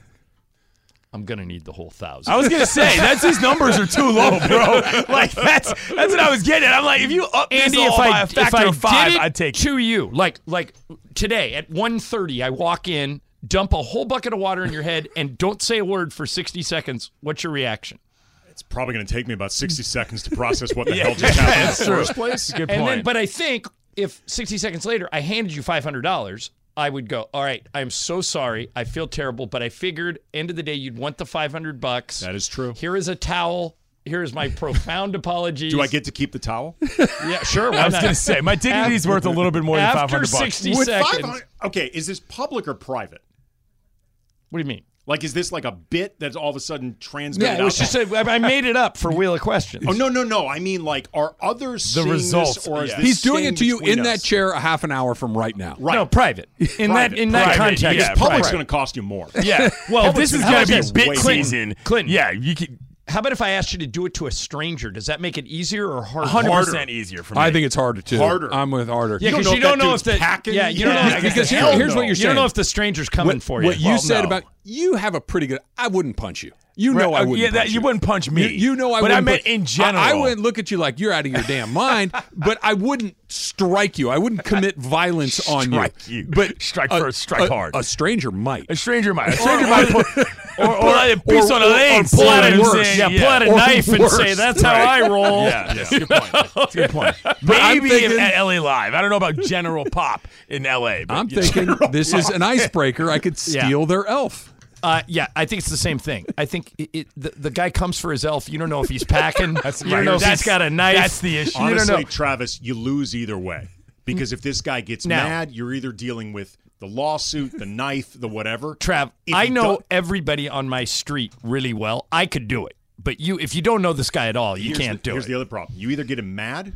S2: I'm gonna need the whole thousand.
S9: I was gonna say that's his numbers are too low, bro. [LAUGHS] Like that's that's what I was getting. at. I'm like, if you up this
S2: Andy,
S9: all
S2: if
S9: by
S2: I,
S9: a factor
S2: if I
S9: of five,
S2: did it
S9: I'd take
S2: [LAUGHS]
S9: it.
S2: to you. Like like today at 1.30, I walk in, dump a whole bucket of water in your head, and don't say a word for 60 seconds. What's your reaction?
S8: It's probably going to take me about 60 seconds to process what the hell just happened in the first place.
S9: Good
S2: And then, but I think if 60 seconds later I handed you $500, I would go, all right, I'm so sorry. I feel terrible, but I figured end of the day you'd want the 500 bucks.
S8: That is true.
S2: Here is a towel. Here is
S9: [LAUGHS]
S2: my profound apologies.
S8: Do I get to keep the towel?
S2: Yeah, sure.
S9: I was gonna say my dignity's worth a little bit more than five
S2: after
S9: hundred bucks.
S2: 60
S8: With
S2: seconds.
S8: 500 Okay, is this public or private?
S2: What do you mean?
S8: Like, is this like a bit that's all of a sudden transmitted?
S2: Yeah, it was
S8: out
S2: just
S8: there?
S2: a, I made it up for Wheel of Questions.
S8: Oh no, no, no! I mean, like, are others
S9: The
S8: seeing this,
S9: results,
S8: or is
S9: yeah.
S8: this
S1: He's doing
S8: staying
S1: it to you
S8: between
S1: in that
S8: us?
S1: chair a half an hour from right now.
S8: Right.
S2: No, private. In that
S8: Private,
S2: in that
S9: private,
S2: context,
S9: yeah,
S8: Because public's
S2: private.
S8: going to cost you more. [LAUGHS]
S9: Yeah. Well, if this is
S2: how
S9: gonna
S2: about
S9: be
S2: this?
S9: bit
S8: Wait.
S9: season.
S2: Clinton.
S9: Yeah, you can.
S2: How about if I asked you to do it to a stranger? Does that make it easier or harder?
S9: 100% easier for me.
S1: I think it's harder too.
S8: Harder.
S1: I'm with harder.
S2: Yeah, because
S8: know
S2: you
S8: if
S2: don't
S8: that
S2: know if
S8: dude's
S2: the
S8: packing.
S2: yeah you don't
S8: Yeah,
S2: know
S8: I
S2: [LAUGHS]
S8: guess
S1: because
S8: the
S1: here-
S8: hell
S1: here's what
S8: no.
S1: you're saying.
S2: you don't know if the stranger's coming
S1: what,
S2: for you.
S1: What you
S9: Well,
S1: said
S9: no.
S1: about you have a pretty good. I wouldn't punch you. You know
S9: Right,
S1: I
S9: uh,
S1: wouldn't.
S9: yeah, that-
S1: punch
S9: you wouldn't punch me.
S1: You, you know I.
S9: But I
S1: wouldn't
S9: meant
S1: pu-
S9: in
S1: I, I
S9: general.
S1: wouldn't look at you like you're out of your damn mind. [LAUGHS] but I wouldn't strike you. I wouldn't commit violence
S9: [LAUGHS]
S1: on you.
S9: Strike you. [LAUGHS]
S1: But
S9: Strike
S1: a-
S9: first, strike
S1: a-
S9: hard.
S1: A stranger might.
S9: a stranger
S1: [LAUGHS]
S9: might. A stranger might. Put, or or, or, piece
S2: [LAUGHS] or-
S9: on a
S2: or-
S9: leg.
S2: or pull out a- yeah, pull out a
S1: Or
S2: knife and
S1: worse.
S2: say that's how I roll.
S9: Yeah, that's a good point. That's a good point. Maybe
S1: thinking-
S9: at LA Live. I don't know about General Pop in LA. But
S1: I'm thinking this is an icebreaker. I could
S2: Yeah.
S1: steal their elf.
S2: [LAUGHS] Uh, yeah, I think it's the same thing. I think it, it, the, the guy comes for his elf. You don't know if he's [LAUGHS] packing.
S9: That's
S2: you don't
S9: right.
S2: know if
S9: That's-
S2: he's got a knife.
S9: that's the issue.
S2: You don't know.
S8: Honestly, Travis, you lose either way. Because if this guy gets
S2: Now-
S8: mad, you're either dealing with the lawsuit, the knife, the whatever.
S2: Trav,
S8: If
S2: I
S8: you
S2: know
S8: don't-
S2: everybody on my street really well. I could do it. But you, if you don't know this guy at all, you
S8: here's
S2: can't do
S8: the, Here's
S2: it.
S8: the other problem: you either get him mad,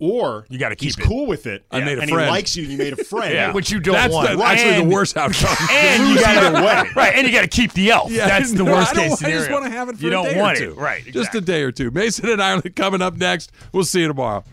S8: or
S9: You gotta
S8: he's
S9: keep it.
S8: cool with it.
S1: I made a
S8: and
S1: friend.
S8: he likes you. and You made a friend.
S9: Yeah.
S2: Which you don't
S1: That's
S2: want.
S1: the, actually
S9: And-
S1: the worst outcome.
S9: [LAUGHS] and you
S2: [LAUGHS]
S9: gotta right, and you gotta keep the elf. That's the
S1: [LAUGHS] No,
S9: worst
S1: I don't,
S9: case scenario.
S1: I just want to have it for
S9: you
S1: a
S9: don't
S1: day
S9: want
S1: or
S9: it,
S1: two.
S9: right?
S1: Just a day or two. Mason and Ireland coming up next. We'll see you tomorrow.